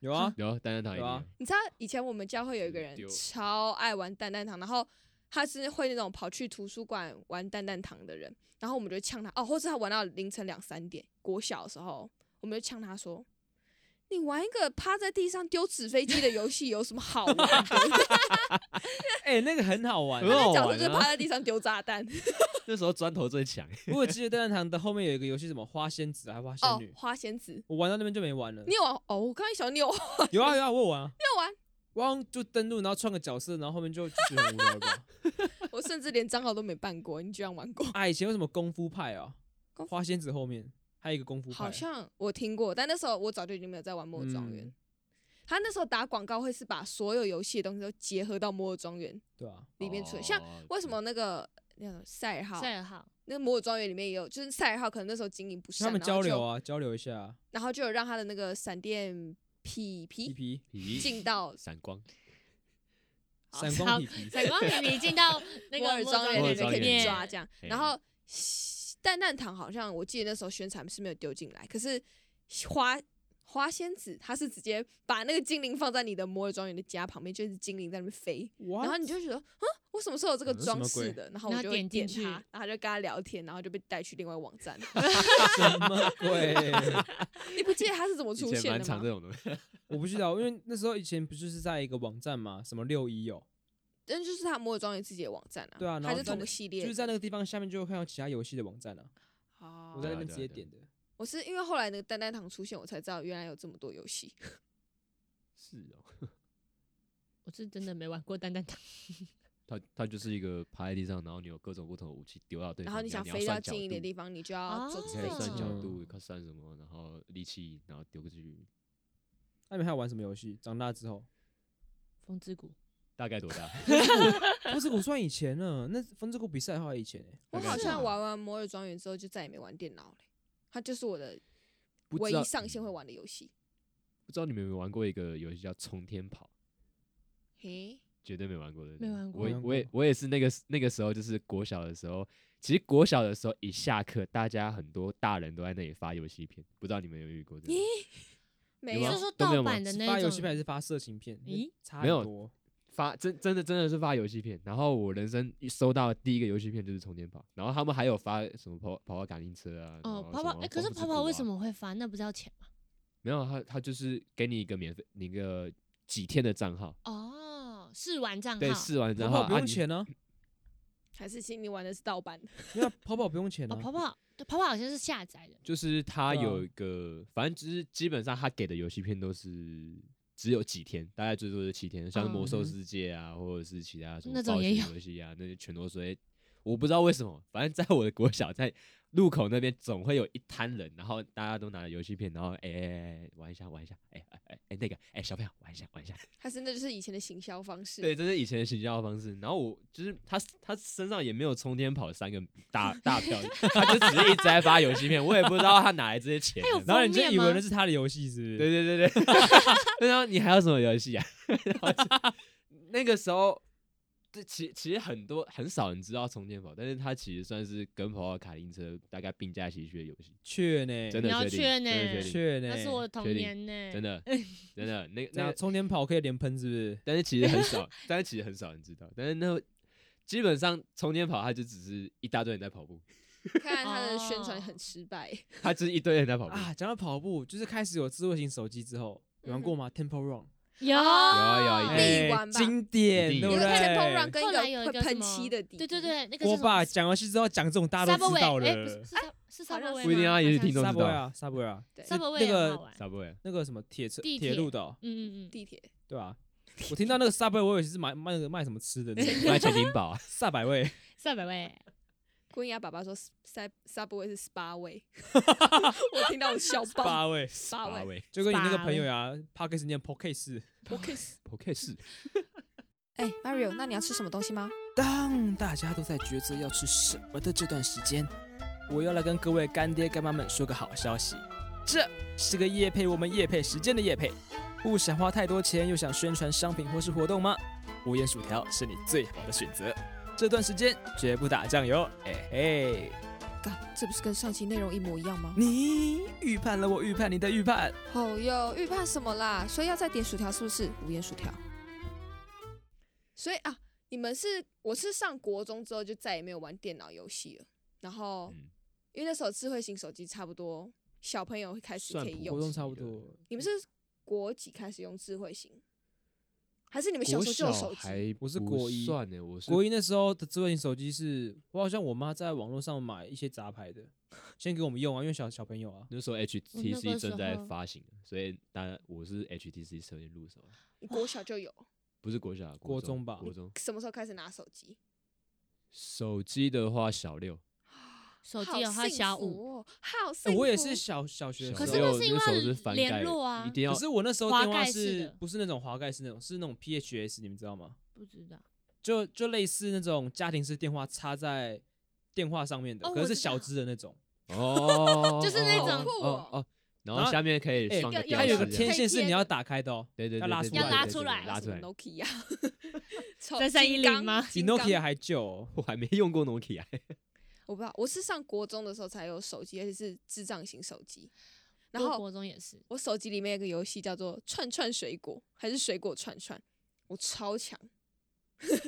A: 有啊，
C: 有蛋蛋糖一
A: 有
C: 定
A: 啊
C: 有，
D: 你知道以前我们教会有一个人
C: 丢
D: 超爱玩蛋蛋糖，然后他是会那种跑去图书馆玩蛋蛋糖的人，然后我们就呛他哦，或是他玩到凌晨两三点，国小的时候我们就呛他说。你玩一个趴在地上丢纸飞机的游戏有什么好玩的？
A: 哎，那个很好玩
C: 很
A: 啊。
C: 好
D: 角色
C: 玩
D: 就是趴
C: 啊。
D: 在地上丢炸弹。
C: 那时候砖头最强，
A: 我有记得蛋蛋堂的后面有一个游戏，什么花仙子还是花仙
D: 哦
A: 女，，
D: 花仙子，
A: 我玩到那边就没玩了
D: 你。有玩？哦，我刚才想你有玩，你
A: 有啊有啊，我有玩啊。
D: 有玩？
A: 汪就登录，然后创个角色，然后后面就就觉得很无聊了吧。
D: 我甚至连账号都没办过，你居然玩过？
A: 啊，以前有什么功夫派哦
D: 功，夫
A: 花仙子后面还有一个功夫派，
D: 好像我听过，但那时候我早就已经没有在玩《末日庄园》
A: 嗯
D: 他那时候打广告会是把所有游戏的东西都结合到《末日庄园》
A: 对啊，
D: 里面出来，像
C: 哦
D: 为什么那个那个赛尔号，
B: 赛尔号，
D: 那《魔鬼庄园》里面也有，就是赛尔号可能那时候经营不
A: 他
D: 善，
A: 们
D: 然
A: 交
D: 后
A: 流
D: 就
A: 啊，交流一下
D: 然后就有让他的那个闪电皮
A: 皮
D: 皮
A: 皮
C: 咦
D: 进到
C: 闪光
D: 好
A: 闪光皮皮，
B: 闪光皮皮进到那
D: 摩
B: 个
D: 尔庄园
C: 摩尔
D: 里
C: 庄
D: 面可以
C: 园里
D: 去
C: 面
D: 抓这样，
C: 嘿
D: 然后蛋蛋糖好像我记得那时候宣传是没有丢进来，可是花。花仙子，她是直接把那个精灵放在你的摩尔庄园的家旁边，就是精灵在那边飞，
A: 哇
D: 然后你就觉得，啊，我什么时候有这个
A: 嗯什么
D: 装饰
A: 鬼
D: 的？然后
B: 然后
D: 我就会
B: 点进
D: 点
B: 去
D: 它，然后他就跟他聊天，然后就被带去另外网站。
A: 什么鬼？
D: 你不记得他是怎么
C: 以
D: 出
C: 前
D: 现
C: 蛮
D: 的
C: 常这
D: 吗？
C: 种东西，
A: 我不知道，因为那时候以前不就是在一个网站嘛，什么六一哦，
D: 但就是他摩尔庄园自己的网站啊，
A: 对啊然
D: 它
A: 后
D: 是
A: 在
D: 同
A: 那
D: 个系列
A: 就
D: 的。
A: 是在那个地方下面就会看到其他游戏的网站啊，
D: 哦
A: 我在那
C: 对啊
A: 边直
C: 对啊
A: 接
C: 对啊
A: 点的。
D: 我是因为后来那个蛋蛋糖出现，我才知道原来有这么多游戏。
C: 是哦，
B: 我是真的没玩过蛋蛋糖，
C: 它它就是一个趴在地上，然后你有各种不同的武器丢到对
D: 然
C: 方，
D: 后
C: 你
D: 你
C: 要
D: 想
C: 你要
D: 飞到
C: 算角
D: 近一点的
C: 度
D: 地方，你就要做
B: 哦
D: 飞
C: 你可以
B: 嗯
C: 算
D: 机。
C: 角
A: 嗯
C: 度，看算什么，然后力气，然后丢过去，
A: 那你们还有玩什么游戏？长大之后，
B: 风之谷，
C: 大概多大？
A: 风之谷算以前了，那风之谷比赛的话以前欸
D: 我
C: 大概
D: 好
C: 是
D: 像
C: 这样
D: 玩完摩尔庄园之后，就再也没玩电脑了。它就是我的
C: 不
D: 唯
C: 知道
D: 一上线会玩的游戏。
C: 不知道你们有没有玩过一个游戏叫冲天跑？
D: 嘿，
C: 绝对没玩过的，
B: 没玩过
C: 我
A: 没
C: 也
A: 玩
C: 我也
A: 过
C: 我也是那个那个时候，就是国小的时候。其实国小的时候一下课，大家很多大人都在那里发游戏片，不知道你们有没有遇过这种？
D: 没
C: 有
B: 你
C: 吗
B: 是
D: 有，
B: 说
C: 都没
B: 盗
C: 有吗
B: 版的
A: 是
B: 那
A: 发
B: 一
A: 游戏片还
B: 种？
A: 是发色情片？
B: 咦，
A: 差
C: 没
A: 很
C: 有
A: 多。
C: 发真真的真的是发游戏片，然后我人生一收到的第一个游戏片就是充电跑，然后他们还有发什么跑跑跑卡丁车啊，
B: 哦，
C: 然后
B: 跑
C: 什
B: 跑，
C: 么
B: 哎，可是
C: 光之
B: 跑跑
C: 谷
B: 为
C: 啊
B: 什么会发？那不是要钱吗？
C: 没有他他就是给你一个免费你一个几天的账号，
B: 哦，试玩账号，
C: 对，试完账
A: 跑
C: 号
A: 跑不
C: 啊
A: 用
C: 你
A: 钱呢，
D: 还是请你玩的是盗版的。
A: 因为跑跑不用钱
B: 哦，
A: 啊。
B: 跑跑，对跑跑好像是下载的，
C: 就是他
B: 嗯
A: 对啊
C: 有一个，反正就是基本上他给的游戏片都是只有几天，大概最多是七天，像是魔兽
A: 嗯
C: 世界啊，或者是其他什么
B: 那种
C: 暴
B: 也
C: 雪
B: 有
C: 游戏啊，那些全都是会。我不知道为什么，反正在我的国小，在路口那边总会有一摊人，然后大家都拿着游戏片，然后哎哎哎玩一下玩一下，哎哎哎哎那个哎小朋友玩一下玩一下，
D: 还是那就是以前的行销方式。
C: 对，这是以前的行销方式。然后我就是他他身上也没有冲天跑三个大 大票，他就只是一直在发游戏片，我也不知道他哪来这些钱。啊
B: 有
A: 然后你
B: 封
A: 就
B: 面
A: 以为
B: 吗
A: 那是他的游戏，是不是？
C: 对对对 对，然后你还有什么游戏啊？ 然后 就那个时候，这其其实很多很少人知道充电宝，但是它其实算是跟跑跑卡丁车大概并驾齐驱的游戏，
A: 确呢，
C: 真
B: 你
C: 的
B: 要
C: 确定，
B: 确
C: 真的
B: 呢
C: 确定，
A: 确呢。
B: 那是我的童
C: 确定
B: 年呢，
C: 真的真的 那那
A: 那
C: 个，
A: 充电跑可以连喷，是不是？
C: 但是其实很少，但是其实很少人知道，但是那基本上充电跑它就只是一大堆人在跑步，
D: 看来他的宣传
B: 哦
D: 很失败。
C: 它就是一堆人在跑步。
A: 啊，讲到跑步，就是开始有智慧型手机之后，有玩
B: 嗯
A: 过吗？Temple Run，
B: 有
D: 啊
C: 有有一
A: 哎
C: 定
D: 必玩吧
A: 经典，
C: 一定
A: 对
D: 因
A: 不
D: 为
A: 对
D: Temple Run 跟
B: 后来有
D: 一
B: 一
D: 个
B: 个
D: 会
B: 什
D: 喷
B: 么
D: 漆的底，
B: 对对，对，那个
A: 我
B: 是什么
A: 爸讲游戏之后讲这种大家都知道
B: Subway，
A: 了
B: 哎，不是是 Sub- 是 Subway
D: 啊像
B: 吗
C: 不一定啊，也是听众知
A: ，Subway
C: 道。
A: 啊，Subway 啊，
D: 对
A: 是
B: Subway
A: 那
B: 也很
A: 个
B: 好玩，
C: 啥不会？
A: 那个什么铁车
B: 地
A: 铁
B: 铁
A: 路的哦，
B: 嗯嗯嗯，
D: 地铁
A: 对吧？我听到那个 Subway，我以为是卖卖那个卖什么吃的，
C: 买钱 灵宝啊，
A: 萨百味，
B: 赛百味，
D: 坤雅爸爸说 Sub Subway 是 SPA 位， 我听到我笑爆。
A: 八味，
D: SPA
C: 八
D: 位，
C: 位
A: 就跟你那个朋友呀 p a r k e s 念 p o c k e t
D: 我 kiss。
C: ，OK 是。
D: 哎，Mario，那你要吃什么东西吗？
A: 当大家都在抉择要吃什么的这段时间，我要来跟各位干爹干妈们说个好消息，这是个夜配我们夜配时间的夜配。不想花太多钱，又想宣传商品或是活动吗？无盐薯条是你最好的选择。这段时间绝不打酱油，哎嘿，
D: 干，这不是跟上期内容一模一样吗？
A: 你预判了我预判你的预判。
D: 哦哟，预判什么啦？所以要再点薯条是不是？无盐薯条。所以啊，你们是我是上国中之后就再也没有玩电脑游戏了，然后
C: 嗯
D: 因为那时候智慧型手机差不多小朋友会开始
C: 算
D: 可以
C: 普
D: 用
C: 活，动差不多
D: 你们是国几开始用智慧型？还是你们小时候就有手机？
A: 我是国一
C: 算呢，我是
A: 国
C: 一
A: 一那时候的智慧型手机是，我好像我妈在网络上买一些杂牌的，先给我们用啊，因为小小朋友啊。
C: 那时候
B: 我那个
C: HTC
B: 时
C: 正在
B: 候
C: 发行，所以大家我是 HTC 首先入手的，
D: 你国小就有，
C: 不是国小啊，
A: 国
C: 中
A: 中吧
C: 国中
D: 什么时候开始拿手机？
C: 手机的话小六，
B: 手机的话小五，
D: 好幸福哦，好
A: 哎
D: 幸
A: 我也是
D: 福
A: 小小学的
C: 小
A: 时
B: 可是
A: 候
B: 那
C: 六
B: 是因为
C: 那时候
B: 要
C: 是翻
B: 联
C: 盖
B: 络啊
C: 一定要
A: 可是我那时候
B: 滑
A: 电话
B: 盖式
A: 是
B: 的
A: 不是那种滑盖式那种，是那种 PHS，你们知道吗？
B: 不知道。
A: 就就类似那种家庭式电话插在电话上面的，
B: 哦
A: 可
B: 我
A: 是是
B: 知道
A: 小只的那种。
C: 哦，
B: 就是那
C: 哦
B: 种
C: 哦
D: 酷
C: 哦
D: 哦
C: 哦，
A: 然
C: 然后
A: 后
C: 下面可以
A: 哎
C: 放
D: 要
C: 吊
A: 它有一
C: 饰
A: 个
D: 是
C: 这
A: 天
C: 样
D: 可以
A: 线是
D: 贴
A: 你
D: 的
A: 要打开的哦，
C: 对对对，
A: 要拉
C: 对
A: 出
C: 对
A: 来拉
C: 对对
B: 出
C: 对
B: 来
C: 拉出来。
D: Nokia，
B: 3310
D: 金刚
B: 吗
A: 比
D: 金刚
A: Nokia 还旧哦。
C: 我还没用过 Nokia，
D: 我不知道，我是上国中的时候才有手机，而且是智障型手机。然
B: 我
D: 后
B: 国中也是，
D: 我手机里面有个游戏叫做“串串水果”，还是“水果串串”，我超强，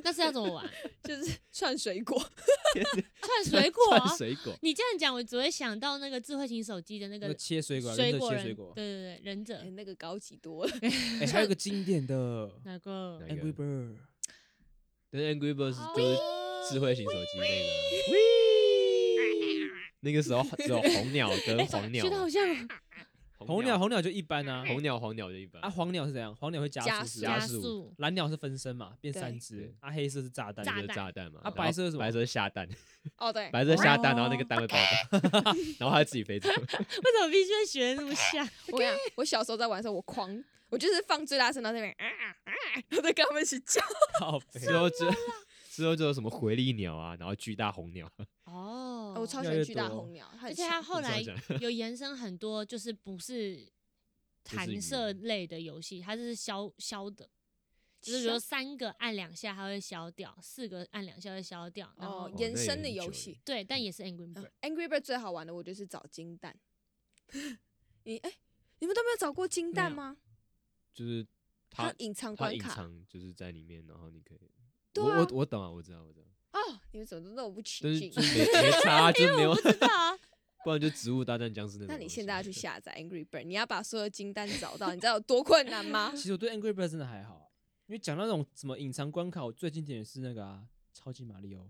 B: 那是要怎么玩？
D: 就是 串水果。
B: 串水果啊。
C: 水果，
B: 你这样讲，我只会想到那个智慧型手机的那
A: 那
B: 个
A: 个切水果，啊
B: 水
A: 忍者
B: 果
A: 切
B: 人，
A: 水果
B: 对。对对，忍者
D: 哎、那个高级多了。
A: 哎，还有一个经典的
B: 哪个？
C: 哪
A: Angry
C: 个
A: Bird，
C: 但是 Angry Birds
B: 哦
C: 都是智慧型手机那个，那个时候只有红鸟跟黄鸟
B: 觉得
C: 嘛
B: 好，像
A: 红鸟红鸟就一般啊，
C: 红鸟黄鸟就一般
A: 啊黄鸟是怎样？黄鸟会加
D: 加
A: 速是
D: 速
A: 吧
C: 加
B: 加
C: 速
B: 速
A: 蓝鸟是分身嘛，变
D: 对
A: 三
C: 对
A: 只，啊黑色是炸弹
C: 那
B: 炸
C: 就是炸弹嘛，
A: 啊
C: 然后
A: 白色是什么
C: 白色是下蛋，
D: 哦，对，
C: 白色下蛋，然后那个蛋会爆炸，然后它会自己飞走。
B: 为什么必须要学那么像？
D: 我跟你讲，我小时候在玩的时候，我狂，我就是放最大声，然后在那边啊啊啊，然后在跟他们一起叫。
A: 靠 背
C: 之后就之后就有什么回力鸟啊，然后巨大红鸟，
B: 哦
D: 我超喜
A: 越来越
D: 欢巨大
A: 多
D: 红鸟，它
B: 而
D: 很
B: 且它
D: 强。
B: 后
C: 不知道
B: 来
C: 讲
B: 有延伸很多，就是不是弹射类的游戏，它就是消消的，就是比如
D: 消
B: 三个按两下它会消掉，四个按两下会消掉，然后
D: 哦
C: 哦，
D: 延
C: 那也
D: 伸的
C: 很
D: 游
C: 久
D: 戏
C: 了
B: 对，但也是 Angry Bird，
D: 嗯 Angry Bird 最好玩的，我觉得是找金蛋。 你哎、你们都没有找过金蛋
A: 没有
D: 吗？
C: 就是
D: 它
C: 它
D: 有隐藏
C: 它
D: 关
C: 隐
D: 卡
C: 藏就是在里面，然后你可以，
D: 对
C: 我我
D: 啊
C: 我懂啊，我知道我知道，
D: 哦，你们怎么都那么不起
C: 但是
D: 劲
C: 就？是没没差，就没有
B: 我，不知道啊，
C: 不然就植物大战僵尸那种
D: 那
C: 东西。啊
D: 你现在 要去下载 Angry Bird，你要把所有金蛋找到，你知道有多困难 吗？
A: 其实我对 Angry Bird 真的还好，因为讲到那种什么隐藏关卡，我最经典的是那个啊，超级马里奥，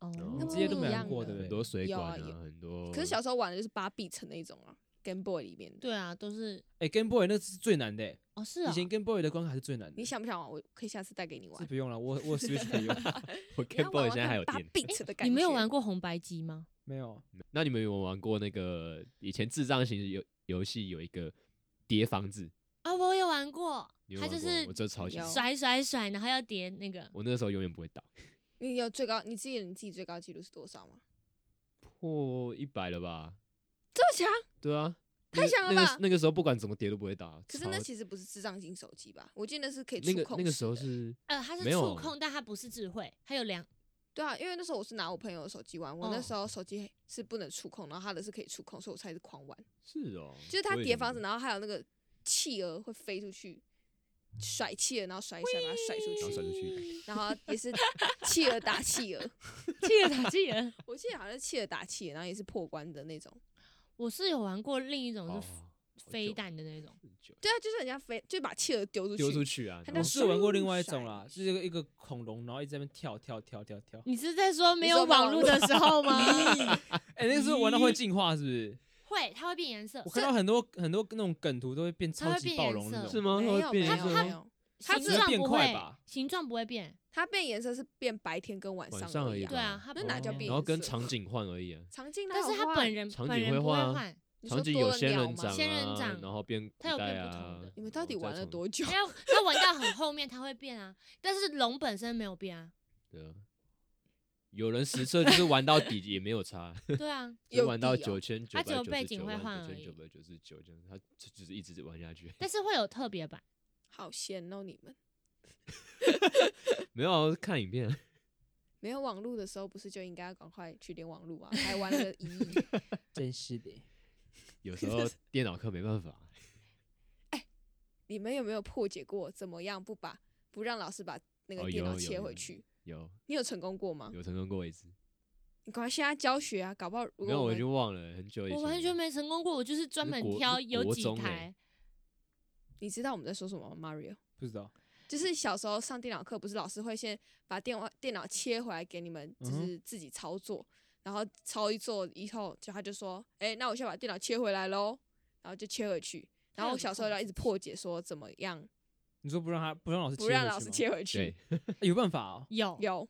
B: 哦
D: 那
A: 直接都
D: 不
A: 没
D: 一
A: 玩
D: 样
A: 过，
D: 的
A: 对不对？
C: 很多水
D: 有
C: 管
D: 啊
C: 啊，
D: 有
C: 很多。
D: 可是小时候玩的就是八比城那一种啊，Game Boy 里面的。
B: 对啊，都是
A: 哎，Game Boy 那是最难的欸，
B: 哦是啊
A: 以，前 Game Boy 的关卡是最难的。
D: 你想不想玩？我可以下次带给你玩
A: 是。不用了，我我 Switch 可以用。
C: 我
D: 你
C: Game
D: 要玩
C: Boy
D: 玩
C: 现在还
D: 看
C: 有
D: 八
C: 电。
D: 比城的感觉。
B: 你没有玩？过红白机吗？
A: 没有，
C: 那你们有玩过那个以前智障型游游戏有一个叠房子？
B: 啊，我有玩过
C: 你，有
B: 它
C: 玩
B: 就
C: 过
B: 是
C: 我这超喜
D: 有
C: 欢，
B: 甩甩甩，然后要叠那个
C: 我那时候永远不会倒，
D: 你有最高？你自己你自己最高纪录是多少吗？
C: 破一百了吧？
D: 这么强？
C: 对啊，
D: 太
C: 那个
D: 强了
C: 那个
D: 吧
C: 那个时候不管怎么叠都不会倒，
D: 可是那
C: 超
D: 其实不是智障型手机吧？我记得那是可以
C: 那
D: 触
C: 个
D: 控
C: 那个
D: 式
C: 时候
D: 的
C: 是
B: 呃，它是
C: 没有
B: 触控，但它不是智慧，它有两
D: 对啊，因为那时候我是拿我朋友的手机玩，我那
B: 哦
D: 时候手机是不能触控，然后他的是可以触控，所以我才是狂玩。
C: 是哦，
D: 就是他
C: 我也
D: 叠
C: 没
D: 房子，
C: 玩
D: 然后还有那个企鹅会飞出去，甩企鹅，然后甩一甩把它甩
C: 然后
D: 出
C: 甩
D: 去，
C: 出去，
D: 然后也是企鹅打企鹅，
B: 企鹅打企鹅。
D: 我记得好像是企鹅打企鹅，然后也是破关的那种。
B: 我是有玩过另一种
C: 哦
B: 是
C: 好久
B: 飞
C: 哦
B: 弹的那种，
C: 很久
D: 对啊，就是人家飞，就把企鹅丢出去，
C: 丢出去啊，
D: 看
A: 我
D: 到
C: 然后
A: 是有玩过另外一
D: 甩
A: 种啦，就是一个一个恐龙，然后一直在那边跳跳跳跳跳。
B: 你是在说没
D: 说
B: 有
D: 没有
B: 网络的时候 吗？
A: 哎，那个时候玩到会进化是不是？
B: 会，它会变颜色
A: 我。看到很多很多那种梗图都会变
B: 它
A: 超
B: 会
A: 级
B: 变
A: 暴
B: 颜
A: 龙那
B: 色
C: 是
A: 种，
C: 吗？
D: 没
C: 会
D: 有
C: 变
D: 没
C: 色
D: 有
C: 吗
D: 没有，
B: 形
D: 它只是
B: 状
A: 变
B: 不
A: 快
B: 会
A: 吧
B: 形状不会变。
D: 它变颜色是变白天跟晚
C: 晚
D: 上
C: 上而
D: 而
C: 已
D: 已
C: 吧
D: 啊、
B: 对啊，它
D: 那
B: 不
D: 哪
B: 会
D: 叫
B: 变
D: 变
C: 然后
D: 颜
C: 跟
D: 色
C: 场景换而已啊，
D: 场景哪
B: 但
D: 有
B: 是它
D: 换
B: 本人
C: 场
B: 本
C: 景
B: 人
C: 会
B: 不会
C: 换啊
B: 换，
D: 你说
C: 场景
D: 多
C: 有
D: 了
C: 仙
D: 鸟
C: 人
D: 吗
C: 掌
B: 仙人
C: 啊
B: 掌
C: 然后变古
B: 它有
C: 代
B: 变不同
C: 啊
B: 的，
D: 你们到底
C: 然后
D: 玩
C: 再
D: 了
C: 从
D: 多 久？
B: 它要它玩到很后面它会变啊，但是龙本身没有变啊。
C: 对啊，有人实测就是玩到底也没有差，
B: 对啊，
C: 就
D: 有
C: 玩到
D: 底哦
C: 九千九
B: 它
C: 百
B: 只有
C: 九
B: 背
C: 十
B: 景
C: 九
B: 会
C: 万
B: 换
C: 九
B: 而
C: 千
B: 已
C: 九百九十九这样，他就就是一直玩下去。
B: 但是会有特别版。
D: 好闲哦，你们
C: 没有啊看影片啊，
D: 没有网络的时候，不是就应该要赶快去连网络吗？还玩了一亿。
A: 真是的。
C: 有时候电脑课没办法，
D: 你们有没有破解过？怎么样不把不让老师把那
C: 哦
D: 个电
C: 有
D: 脑
C: 有
D: 切
C: 有
D: 回去？
C: 有
D: 你有成功过吗？
C: 有成功过一次，
D: 你赶快现在教学啊！搞不好如果
C: 没有
D: 我
C: 我
D: 们
C: 就忘了很久以前
B: 我
C: 了，
B: 完全没成功过，我就是专
C: 那
B: 门
C: 国
B: 挑
C: 那
B: 有
C: 国
B: 几
C: 中欸
B: 台。
D: 你知道我们在说什么吗，Mario？
A: 不知道，
D: 就是小时候上电脑课，不是老师会先把电话电脑切回来给你们，就
A: 嗯哼
D: 是自己操作，然后操一做以后，就他就说：“哎、那我先把电脑切回来喽。”然后就切回去。
B: 他
D: 然后
B: 有
D: 我小时候
B: 控
D: 要一
B: 制
D: 直破解说怎么样
A: 你说不让他不让老师
D: 不让
A: 回
D: 老
A: 去
D: 师
A: 吗
D: 切回去
C: 对，，
A: 哎有办法哦。
B: 有
D: 有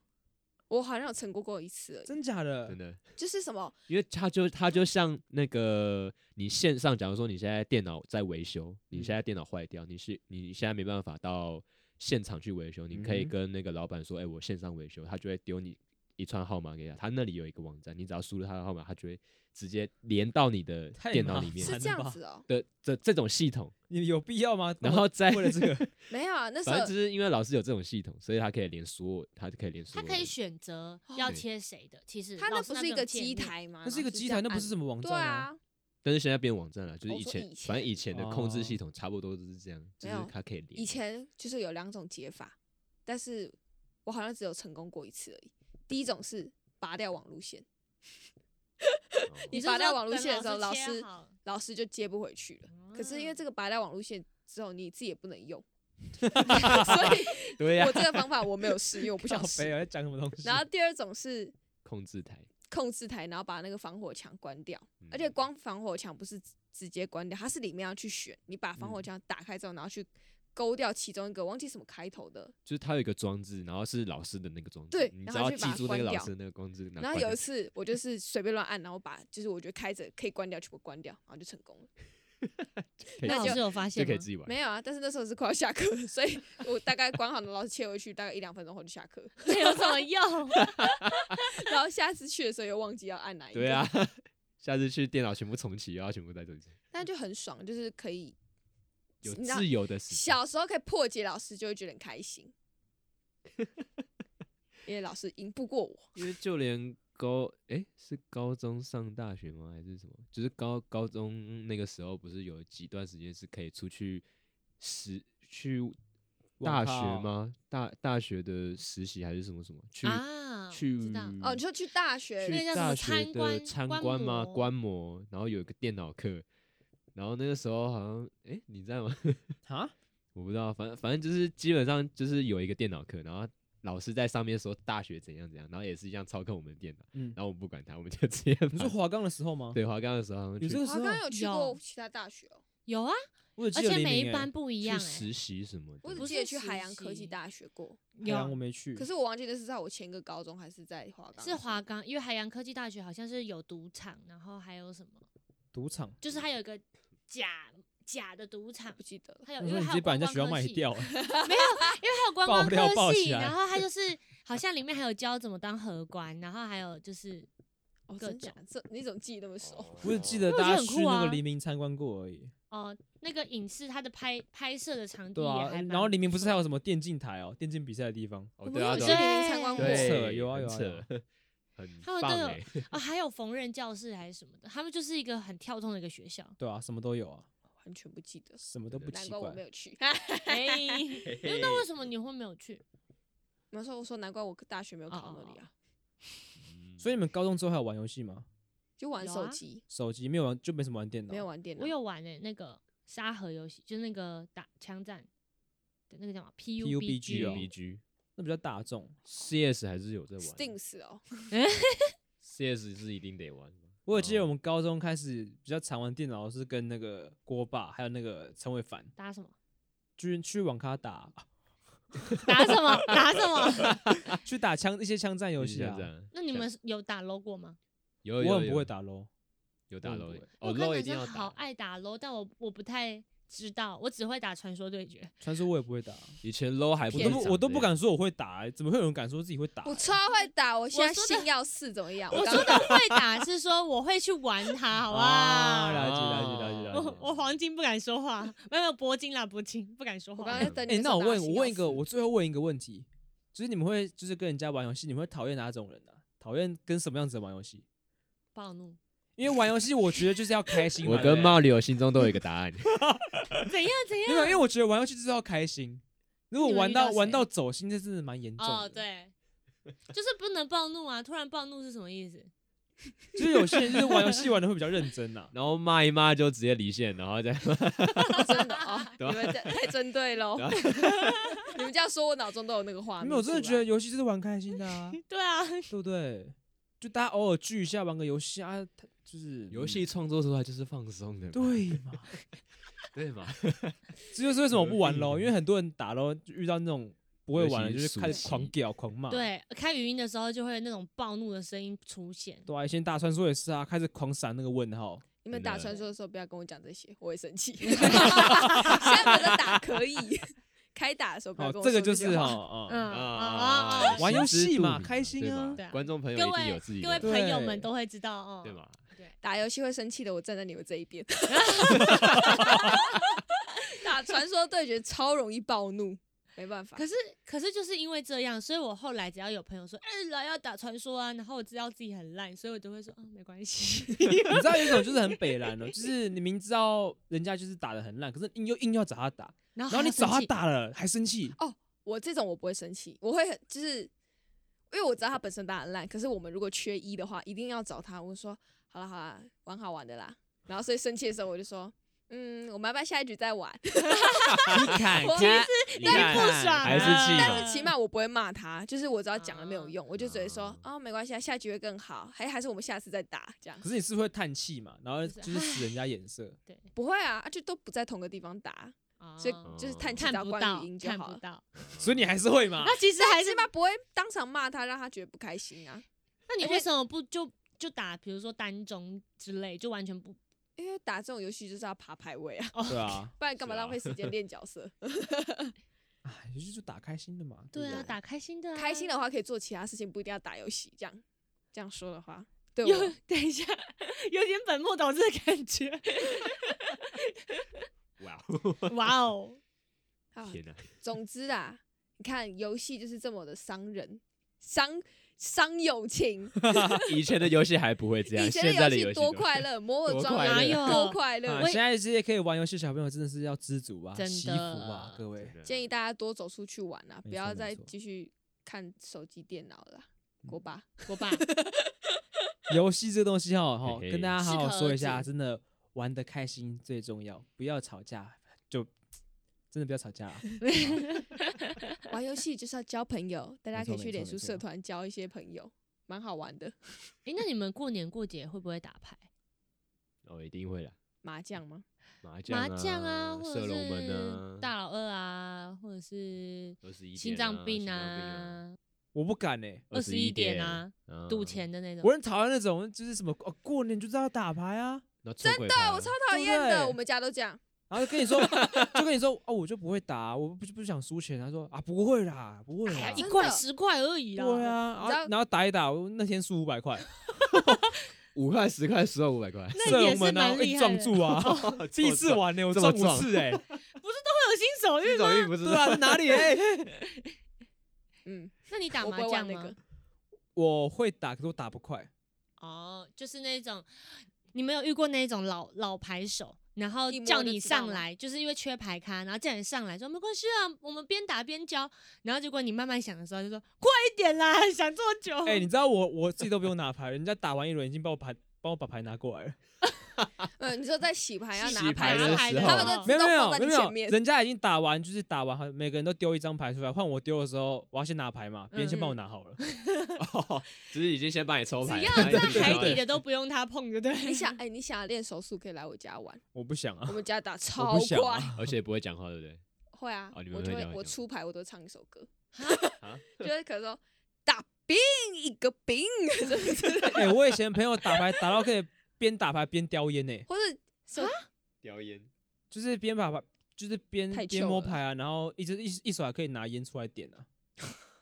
D: 我好像有成功过一次而已，
A: 真假的
C: 真？的，
D: 就是 什么
C: 因为它就它就像那个你线上，假如说你现在电脑在维修，你
A: 嗯
C: 现在电脑坏掉，你是你现在没办法到现场去维修，你可
A: 嗯
C: 以
A: 哼
C: 跟那个老板说，哎、我线上维修，他就会丢你一串号码给他，他那里有一个网站，你只要输入他的号码，他就会直接连到你的
A: 太
C: 电脑
A: 麻
C: 里面
A: 烦
D: 是
A: 了
D: 这
A: 吧
D: 样子哦、
C: 的这这种系统，
A: 你有必要吗？
C: 然后再
A: 为了这个，
D: 没有啊，那时
C: 反
D: 候
C: 正就是因为老师有这种系统，所以他可以连所有，他就可以连所
B: 他
C: 有
B: 可以
C: 的
B: 选择要
C: 对
B: 贴谁的，其实
D: 他
B: 老
D: 哦那
B: 师
D: 不是
B: 边
D: 一
B: 有
D: 个
B: 界
D: 机
B: 面，
D: 台吗？
A: 那是一个
D: 然后
A: 机台，那不是
D: 这样
A: 什么网
D: 按
A: 站
D: 对啊，
C: 但是现在变网站了，就是
D: 哦
C: 以
D: 说
C: 前
D: 以
C: 反正
D: 前
C: 以前的控制
A: 哦
C: 系统差不多都是这样，就
D: 没
C: 是
D: 有
C: 它可以连。
D: 以前就是有两种解法，但是我好像只有成功过一次而已。第一种是拔掉网路线，
C: 哦
B: 你
D: 你
B: 是
D: 拔掉
B: 说
D: 网路
B: 等
D: 线的时候
B: 老
D: 老
B: 师切
D: 师
B: 好嗯
D: 老师就接不回去了。可是因
C: 嗯
D: 为这个拔掉网路线之后，你自己也不能 用，所以
C: 对呀
D: 我，这个方法我没有试，因为我不 想
A: 靠北
D: 试。
A: 啊在讲什么东 西？
D: 然后第二种是
C: 控制台，
D: 控制台，然后把那个防火墙关掉，而且
C: 嗯
D: 光防火墙不是直直接关掉，它是里面要去选，你把防火
C: 嗯
D: 墙打开之后，然后去勾掉其中一个忘记什么开头的
C: 就是它有一个装置，然后是老师的那个装置，
D: 对
C: 你
D: 然
C: 只
D: 后
C: 要
D: 去
C: 记
D: 把它
C: 住那
D: 关
C: 个老
D: 掉
C: 师的那个装置，拿
D: 然后
C: 关
D: 有
C: 掉嗯
D: 一次我就是随便乱按，然后把就是我觉得开着可以关掉，全部关掉，然后就成功了。
C: 可以
B: 那
C: 自
B: 老
C: 己
B: 师有发
C: 就
B: 现
C: 可以
B: 吗
C: 自？己玩。
D: 没有啊，但是那时候是快要下课了，所以我大概关好了，老师切回去，大概一两分钟后就下课。
B: 这有什么用？
D: 然后下次去的时候又忘记要按哪一个，
C: 对啊，， 下次去电脑全部重启，然后全部带走一次，
D: 但就很爽，就是可以
C: 有
D: 你知道
C: 自由的时间。
D: 小时候可以破解老师，就会觉得很开 心，因为老师赢不过我。
C: 因为就连高诶，是高中上大学吗？还是什么？就是高高中那个时候，不是有几段时间是可以出去实去大
A: 网
C: 学
A: 咖哦
C: 吗？大大学的实习还是什么什么？去、
B: 啊，
C: 去
B: 知道
D: 哦，你说去大学
B: 那个
C: 嗯
B: 叫什
C: 去大
B: 么
C: 学
B: 参
C: 的
B: 观
C: 参
B: 观
C: 观吗？
B: 摩
C: 观摩，然后有一个电脑课，然后那个时候好像诶，你在吗？
A: 啊，
C: 我不知道，反正反正就是基本上就是有一个电脑课，然后老师在上面说大学怎样怎样，然后也是一样操控我们的电脑，
A: 嗯
C: 然，后我们不管他，我们就直接把
A: 你说华冈的时候吗？，
C: 对华冈的时候，
A: 你这个时
D: 我
A: 候，
D: 刚刚有去过
B: 有
D: 其他大学哦，
B: 有啊，
A: 我只
B: 而
A: 记得
B: 且
A: 黎
B: 每
A: 明
B: 一
A: 欸
B: 班不一
C: 去
B: 样
C: 实
B: 哎，
C: 习什么
D: 我
C: 的
D: 只
B: 不
D: 记
B: 是
D: 得去
B: 实
D: 海洋科技
B: 习
D: 大学过，
A: 海洋我
B: 有
A: 没去，
D: 可是我忘记那是在我前个高中还是在华冈的时
B: 哎是
D: 候，
B: 华冈，因为海洋科技大学好像是有赌场，然后还有什么，
A: 赌场，
B: 就是它有一个假假的赌场
D: 不。记得了。
B: 它有，
A: 我
B: 呃因
A: 说你
B: 为它
A: 直
B: 有
A: 接把
B: 观
A: 人家
B: 光
A: 学校
B: 科
A: 卖
B: 系
A: 掉，了，
B: 因为它有观
A: 爆
B: 光
A: 料爆
B: 科系，
A: 起来
B: 然后它 就是好像里面还有教怎么当荷官，然后还有就是
D: 哦，
B: 各
D: 真假的？这你怎么记得那么
C: 哦
D: 熟？
A: 我只记
B: 我
A: 得
B: 觉得
A: 大家
B: 很
A: 去
B: 酷
A: 那个
B: 啊
A: 黎明参观过而已。
B: 哦，那个影视它的拍拍摄的场地
A: 对
B: 也
A: 啊，
B: 还
A: 嗯
B: 蛮
A: 然后黎明不是还有什么电竞台哦，电竞比赛的地方，
C: 哦，对啊，
D: 我们有去
C: 对啊
D: 黎明参观过，
B: 对
A: 扯
C: 对，
A: 有啊
C: 很
A: 有啊有啊。
C: 扯很
B: 他们
C: 棒
B: 都有
C: 哎，
B: 啊，还有缝纫教室还是什么的，他们就是一个很跳动的一个学校
A: 对啊，什么都有啊，
D: 完全不记得，
A: 什么都不
D: 难
A: 奇
D: 怪我
A: 怪
D: 没。有去。
B: 哎，那那为什么你会没有去？
D: 我们说我说难怪我大学没有考那里
B: 哦
D: 啊，
C: 嗯
A: 所以你们高中之后还有玩游戏吗？
D: 就玩
B: 有
D: 手
B: 啊
D: 机，
A: 手机没有玩就没什么玩电脑，
D: 没有玩电脑。
B: 我有啊玩诶、欸那个沙盒游戏，就是那个打枪战的那个叫什么
A: PUBG 哦
B: PUBG，
C: B G
A: 那比较大众。
C: C S 还是有在玩
D: Stings 哦，
C: ，C S 是一定得玩。
A: 我有记得
C: 哦
A: 我们高中开始比较常玩电脑是跟那个郭爸还有那个陈伟凡，
B: 打什么？
A: 去去网咖打，
B: 打什么？打什么？
A: 去打枪一些枪战游戏
C: 像
A: 啊
C: 这。样，
B: 那你们有打 low 过吗？
C: 有有
A: 我很
C: 有
A: 不会打 LO，
C: 有打
A: 我很不
C: low，
A: 会
C: 哦
B: 我看
C: low 一
B: 男
C: 定要
B: 生好
C: 打。
B: 爱打 low，但我我不太知道，我只会打传说对决。
A: 传说我也不会打，
C: 以前 low 还
A: 我
C: 是
A: 都不我都
C: 长
A: 不
C: 这样
A: 敢说我会打、欸，怎么会有人敢说自己会打、
D: 我
A: 欸？
D: 超会打，我现在
B: 说的
D: 星耀四怎么样？
B: 我
D: 刚
B: 说的会打是说我会去玩它，好不
A: 啊
B: 好？
A: 了解了解了解了解。
B: 我我黄金不敢说话，没有没有铂金啦，铂金不敢说话。
D: 我刚刚在等
A: 哎、
D: 你的时
A: 那
D: 候
A: 我
D: 打到
A: 问
D: 星耀四。
A: 我问一个，我最后问一个问题，就是你们会就是跟人家玩游戏，你们会讨厌哪种人啊？讨厌跟什么样子的玩游戏？
B: 暴怒，
A: 因为玩游戏我觉得就是要开心嘛。
C: 我
A: 对
C: 跟
A: 不对
C: 茂柳心中都有一个答案，
B: 怎样怎
A: 没有，因为
B: 样？
A: 我觉得玩游戏就是要开心。如果
B: 你们
A: 玩
B: 遇到
A: 到玩
B: 谁
A: 到走心，这真的蛮严重的。
B: 哦，对，就是不能暴怒啊！突然暴怒是什么意思？
A: 就是有些人就是玩游戏玩的会比较认真啊呐、
C: 然后骂一骂就直接离线，然后再
D: 真 的哦，你们这太针对喽。 你们这样说，我脑中都有那个画面
A: 没
D: 出
A: 有，
D: 来。
A: 我真的觉得游戏就是玩开心的啊，
B: 对啊，
A: 对不对？就大家偶尔聚一下玩个游戏啊，它就是嗯
C: 游戏创作出来就是放松的嘛，
A: 对嘛？
C: 对嘛？
A: 这就是为什么我不玩喽，因为很多人打喽就遇到那种。不会玩了，
C: 尤
A: 就
C: 其是
A: 是开
C: 暑
A: 始
C: 期
A: 狂屌狂
C: 嗯
A: 骂。
B: 对，开语音的时候就会那种暴怒的声音出现。
A: 对啊，以前打传说也是啊，开始狂闪那个问号。
D: 你们
C: 真的
D: 打传说的时候不要跟我讲这些，我会生气。 现在我的打可以，开打的时候不要
A: 哦
D: 跟，我
A: 这
D: 说
A: 个
D: 些
A: 就是
D: 话
A: 哦，嗯，
B: 嗯
C: 啊，
A: 玩游
C: 心知
A: 戏
C: 肚
A: 嘛
C: 明
A: 开心
C: 对吧
A: 啊
B: 对啊
C: 观众朋友
B: 各
C: 一定有
B: 位
C: 自己
B: 各位
C: 的，
B: 朋友们
A: 对
B: 都会知道哦。
C: 对吧？
D: 打游戏会生气的，我站在你们这一边。 打传说对决超容易暴怒，没办法。
B: 可是可是就是因为这样，所以我后来只要有朋友说，哎、来要打传说啊，然后我知道自己很烂，所以我就会说，啊，没关系。
A: 你知道有一种就是很北蓝哦，就是你明知道人家就是打的很烂，可是硬又硬要找他打，
B: 然后
A: 然后你
B: 还
A: 找他
B: 要生气，
A: 打了还生气，
D: 我这种我不会生气，我会很就是，因为我知道他本身打很烂，可是我们如果缺一的话，一定要找他。我就说好了好了，玩好玩的啦。然后所以生气的时候我就说，嗯，我们要不要下一局再玩？
A: 你看
D: 我
A: 看，你
B: 但
A: 看
B: 不爽啊、
C: 还是气嘛
D: 但是起码我不会骂他，就是我知道讲了没有用，我就只会说
C: 啊
D: 哦没关系，啊，下局会更好，还还是我们下次再打这样
A: 可。是你是会叹气嘛，然后
B: 就是
A: 就是使人家眼色。
B: 对，
D: 不会啊，啊就都不在同个地方打，
B: 啊
D: 所以
C: 嗯哦
D: 就是叹气
B: 看
D: 到
B: 不
D: 关
B: 到
D: 语音，就
B: 看
D: 好
B: 不
D: 了。
B: 到。
C: 啊
A: 所以你还是会 嘛？
B: 那其实还
D: 但
B: 是
D: 起，码不会当场骂他，让他觉得不开心啊。
B: 那你
D: 而且
B: 为什么不就就打，比如说单中之类，就完全不？
D: 因为打这种游戏就是要爬排位啊，
A: 对啊，
D: 不然干嘛
C: 是啊
D: 浪费时间 练 角色？
A: 哎，就是就打开心的嘛。
B: 对
A: 不
B: 啊，打开心的、啊，
D: 开心
C: 哦
D: 的话可以做其他事情，不一定要打游戏。这样这样说的话， 对
B: 有
D: 我
B: 等一下，有点本末倒置的感觉。
C: 哇，
B: 哇哦，
D: 啊，
C: 天哪！
D: 总之啊，你看游戏就是这么的伤人，伤伤友情。
C: 以前的游戏还不会这样，
D: 以前
C: 现
D: 游
C: 在游
D: 戏
C: 戏
D: 多
C: 都
D: 快乐，摩尔
C: 多
D: 庄
C: 快
D: 园
B: 乐
D: 多快
A: 啊
D: 乐。
B: 我也
A: 现在这些可以玩游戏的小朋友真的是要知足啊，
B: 真的
A: 惜福啊，各位
C: 真。的
D: 建议大家多走出去玩啊，
A: 没
D: 不要
A: 错没
D: 再
A: 错
D: 继续看手机、电脑了啦。国吧，
B: 我爸
A: 游戏这东西哈，哈，
C: 嘿嘿
A: 跟大家好好
B: 适可
A: 说
B: 而
A: 一下，
B: 止
A: 真的玩的开心最重要，不要吵架，就真的不要吵架啊。
D: 玩游戏就是要交朋友，大家
A: 没
D: 可
A: 错
D: 以
A: 没
D: 去
A: 错
D: 脸
A: 没
D: 书社
A: 错
D: 团交一些朋友，蛮好玩的。
B: 哎、那你们过年过节会不会打牌？
C: 哦，一定会的，
D: 麻将吗？
C: 麻将
B: 麻将
C: 啊，
B: 或者
C: 射龙门啊
B: 是，大老二啊，或者是
C: 二十一
B: 心脏病
C: 啊，
B: 啊，
A: 我不敢呢、
B: 二十一点啊，
C: 21
B: 赌，钱的那种。
A: 我很讨厌那种就是什么哦，过年就知道打牌啊，
C: 真的，
D: 我超讨厌
A: 对不
D: 的，
A: 对
D: 我们家都这样。
A: 然后就跟你说， 就跟你说哦，我就不会打、我不不想输钱。他说啊，不会啦，不会
B: 哎
A: 啦
B: 呀，
D: 真
B: 一
D: 的
B: 块十块而已啦。
A: 对啊，
D: 你知道
A: 啊然后打一打，我那天输五百块，
C: 五块、十块、十二、五百块，
B: 那
A: 射
B: 也
A: 龙
B: 是
A: 门啊，
B: 蛮
A: 被
B: 厉害
A: 撞
B: 的
A: 住
D: 哦
A: 啊，第一次玩呢、我
C: 这么
A: 中五次 哎、
B: 会有新手
C: 这
B: 运
C: 种
B: 吗？
C: 运不是
A: 对啊，哪里哎、
D: 嗯，
B: 那你打
D: 我不
B: 麻
D: 会
B: 将
D: 玩那
B: 吗
D: 个？，
A: 我会打，可是我打不快。
B: 哦，就是那种，你们有遇过那种老老牌手，然后
D: 一摸
B: 叫
D: 就
B: 你
D: 知道
B: 上
D: 吗
B: 来，就是因为缺牌咖，然后叫你上来说没关系啊，我们边打边教，然后结果你慢慢想的时候就说快一点啦，想这么久。
D: 哦
A: 哎、你知道我我自己都不用拿牌，人家打完一轮已经帮我牌帮我把牌拿过来了。哎
D: 嗯，你说在洗牌要
C: 洗
D: 拿牌
C: 牌 的
B: 牌
C: 时
B: 的
C: 候
B: 时
D: 他们
B: 候
D: 都
A: 没有没有
D: 放在
A: 没
D: 你
A: 有
D: 前面
A: 人家已经打完，就是打完，每个人都丢一张牌出来，换我丢的时候，我要先拿牌嘛，别人先帮
D: 嗯
A: 我拿好了。
C: 哦，只是已经先帮你抽牌
B: 只
C: 了，
B: 要
C: 然后你
A: 对
B: 在海
C: 就
B: 底
C: 知道
B: 的都不用他碰，就对了。
D: 你想，哎、你想练手速可以来我家玩，
A: 我不想啊
D: 我，们家打超
A: 我不想
D: 快，
A: 啊。
C: 而且不会讲话，对不对？
D: 会啊，
C: 哦你们
D: 我
C: 会
D: 就
C: 这
D: 会
C: 样
D: 我
C: 讲
D: 出牌我都唱一首歌，
C: 啊，
D: 就是可能说打兵一个兵，
A: 哎、我以前朋友打牌打到可以边打牌边叼烟呢、
D: 或者手
C: 叼烟，
A: 就是边打牌就是边
D: 太
A: 边
D: 糗
A: 摸
D: 了
A: 牌啊，然后一直一一手还可以拿烟出来点 啊，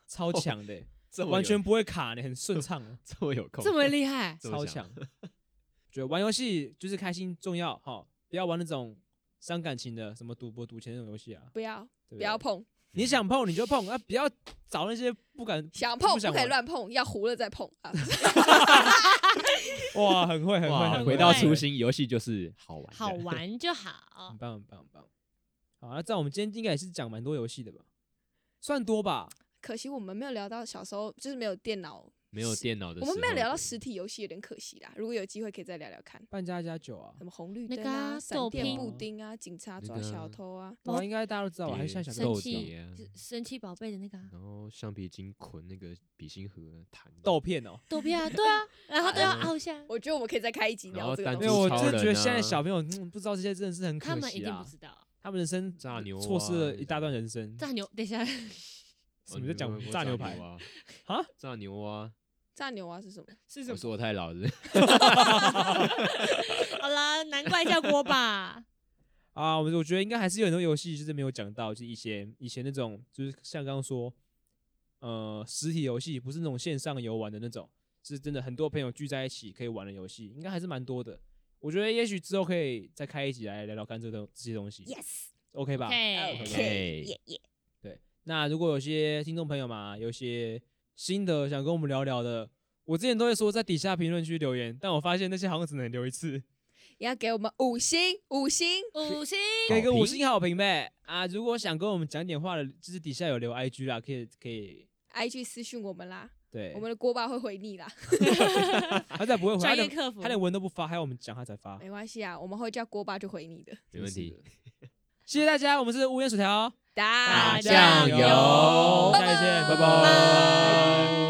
A: 超强的欸、
C: 哦这么有
A: 完全不会卡呢、很顺畅啊。
C: 这么有空，
B: 这么厉害，
C: 这么
A: 超 强。觉得玩游戏就是开心重要哈，不要玩那种伤感情的，什么赌博、赌钱那种游戏啊，
D: 不要
A: 对
D: 不要
A: 对
D: 碰，
A: 你想碰你就碰，啊，不要找那些不 敢
D: 想碰
A: 不想
D: 可以
A: 玩
D: 乱碰，要糊了再碰啊。
A: 哇，很会很会，
C: 哇！
A: 很
C: 回
A: 会
C: 到初，心，游戏就是好玩的，
B: 好玩就
A: 很
B: 好。
A: 棒很棒很棒。好，那这样我们今天应该也是讲蛮多游戏的吧，算多吧。
D: 可惜我们没有聊到小时候，就是没有电脑，
C: 没有电脑的时
D: 我
C: 候，
D: 们没有聊到实体游戏，有点可惜啦。如果有机会可以再聊聊看，
A: 半加加酒啊
D: 什，么红绿
B: 那
D: 灯
B: 个
D: 啊、
B: 啊
D: 闪
B: 豆
D: 电
A: 皮
D: 布丁啊、警察
C: 那
D: 抓
C: 个
D: 小
C: 啊
D: 偷啊，
A: 哇，应该大家都知道吧？还是现在小朋
B: 生
A: 友
C: 豆
A: 知道
B: 气
C: 碟啊，
B: 神奇宝贝的那个啊
C: 然后橡皮筋捆那个笔芯盒弹
A: 豆片 哦。
B: 豆片啊，对啊， 然
A: 哎
B: 后都要
C: 嗯
B: 凹下，
D: 我觉得我们可以再开一集
C: 然
D: 聊
C: 后
D: 这
C: 弹
D: 个
A: 没
D: 东
A: 有，
D: 西。
A: 我
C: 超
A: 真的觉得
C: 人
A: 现在
C: 啊
A: 小朋友嗯不知道这些真的是很
B: 他
A: 可
B: 们一
A: 惜
B: 定不
A: 啊
B: 知，道。
A: 他们人生
C: 炸牛
A: 错失
C: 蛙
A: 了一大段人生。
B: 炸牛，等一下，
A: 什么叫讲
C: 哦你没有
A: 炸牛
C: 看
A: 排
C: 过啊？
A: 啊？
C: 炸牛蛙？
D: 炸牛蛙是什么？
B: 是什
C: 我
B: 么？
C: 说我太老了，
B: 好啦，难怪叫锅 巴。
A: 啊，我我觉得应该还是有很多游戏就是没有讲到，就是一些以前那种，就是像刚刚说，呃，实体游戏不是那种线上游玩的那种，是真的很多朋友聚在一起可以玩的游戏，应该还是蛮多的。我觉得也许之后可以再开一集来聊聊看这东这些东西
D: Yes，
A: ，OK 吧
B: OK，
C: OK
D: 耶耶，
A: 对，那如果有些听众朋友嘛，有些新的想跟我们聊聊的，我之前都会说在底下评论区留言，但我发现那些好像只能留一次。
D: 也要给我们五星五星。
B: 五星
A: 给一个
C: 好
A: 五
C: 评
A: 星好评呗啊！如果想跟我们讲点话的，就是底下有留 IG 啦，可以可以，
D: IG 私讯我们啦，
A: 对，
D: 我们的锅巴会回你啦，
A: 他再不会回，他
B: 专业
A: 连
B: 客服哎
A: 他。连文都不发，还要我们讲他才发。
D: 没关系啊，我们会叫锅巴就回你的。
C: 没问题。
A: 谢谢大家，我们是无烟薯条，
D: 大
B: 酱油
A: 下次见，
B: 拜拜
A: 拜拜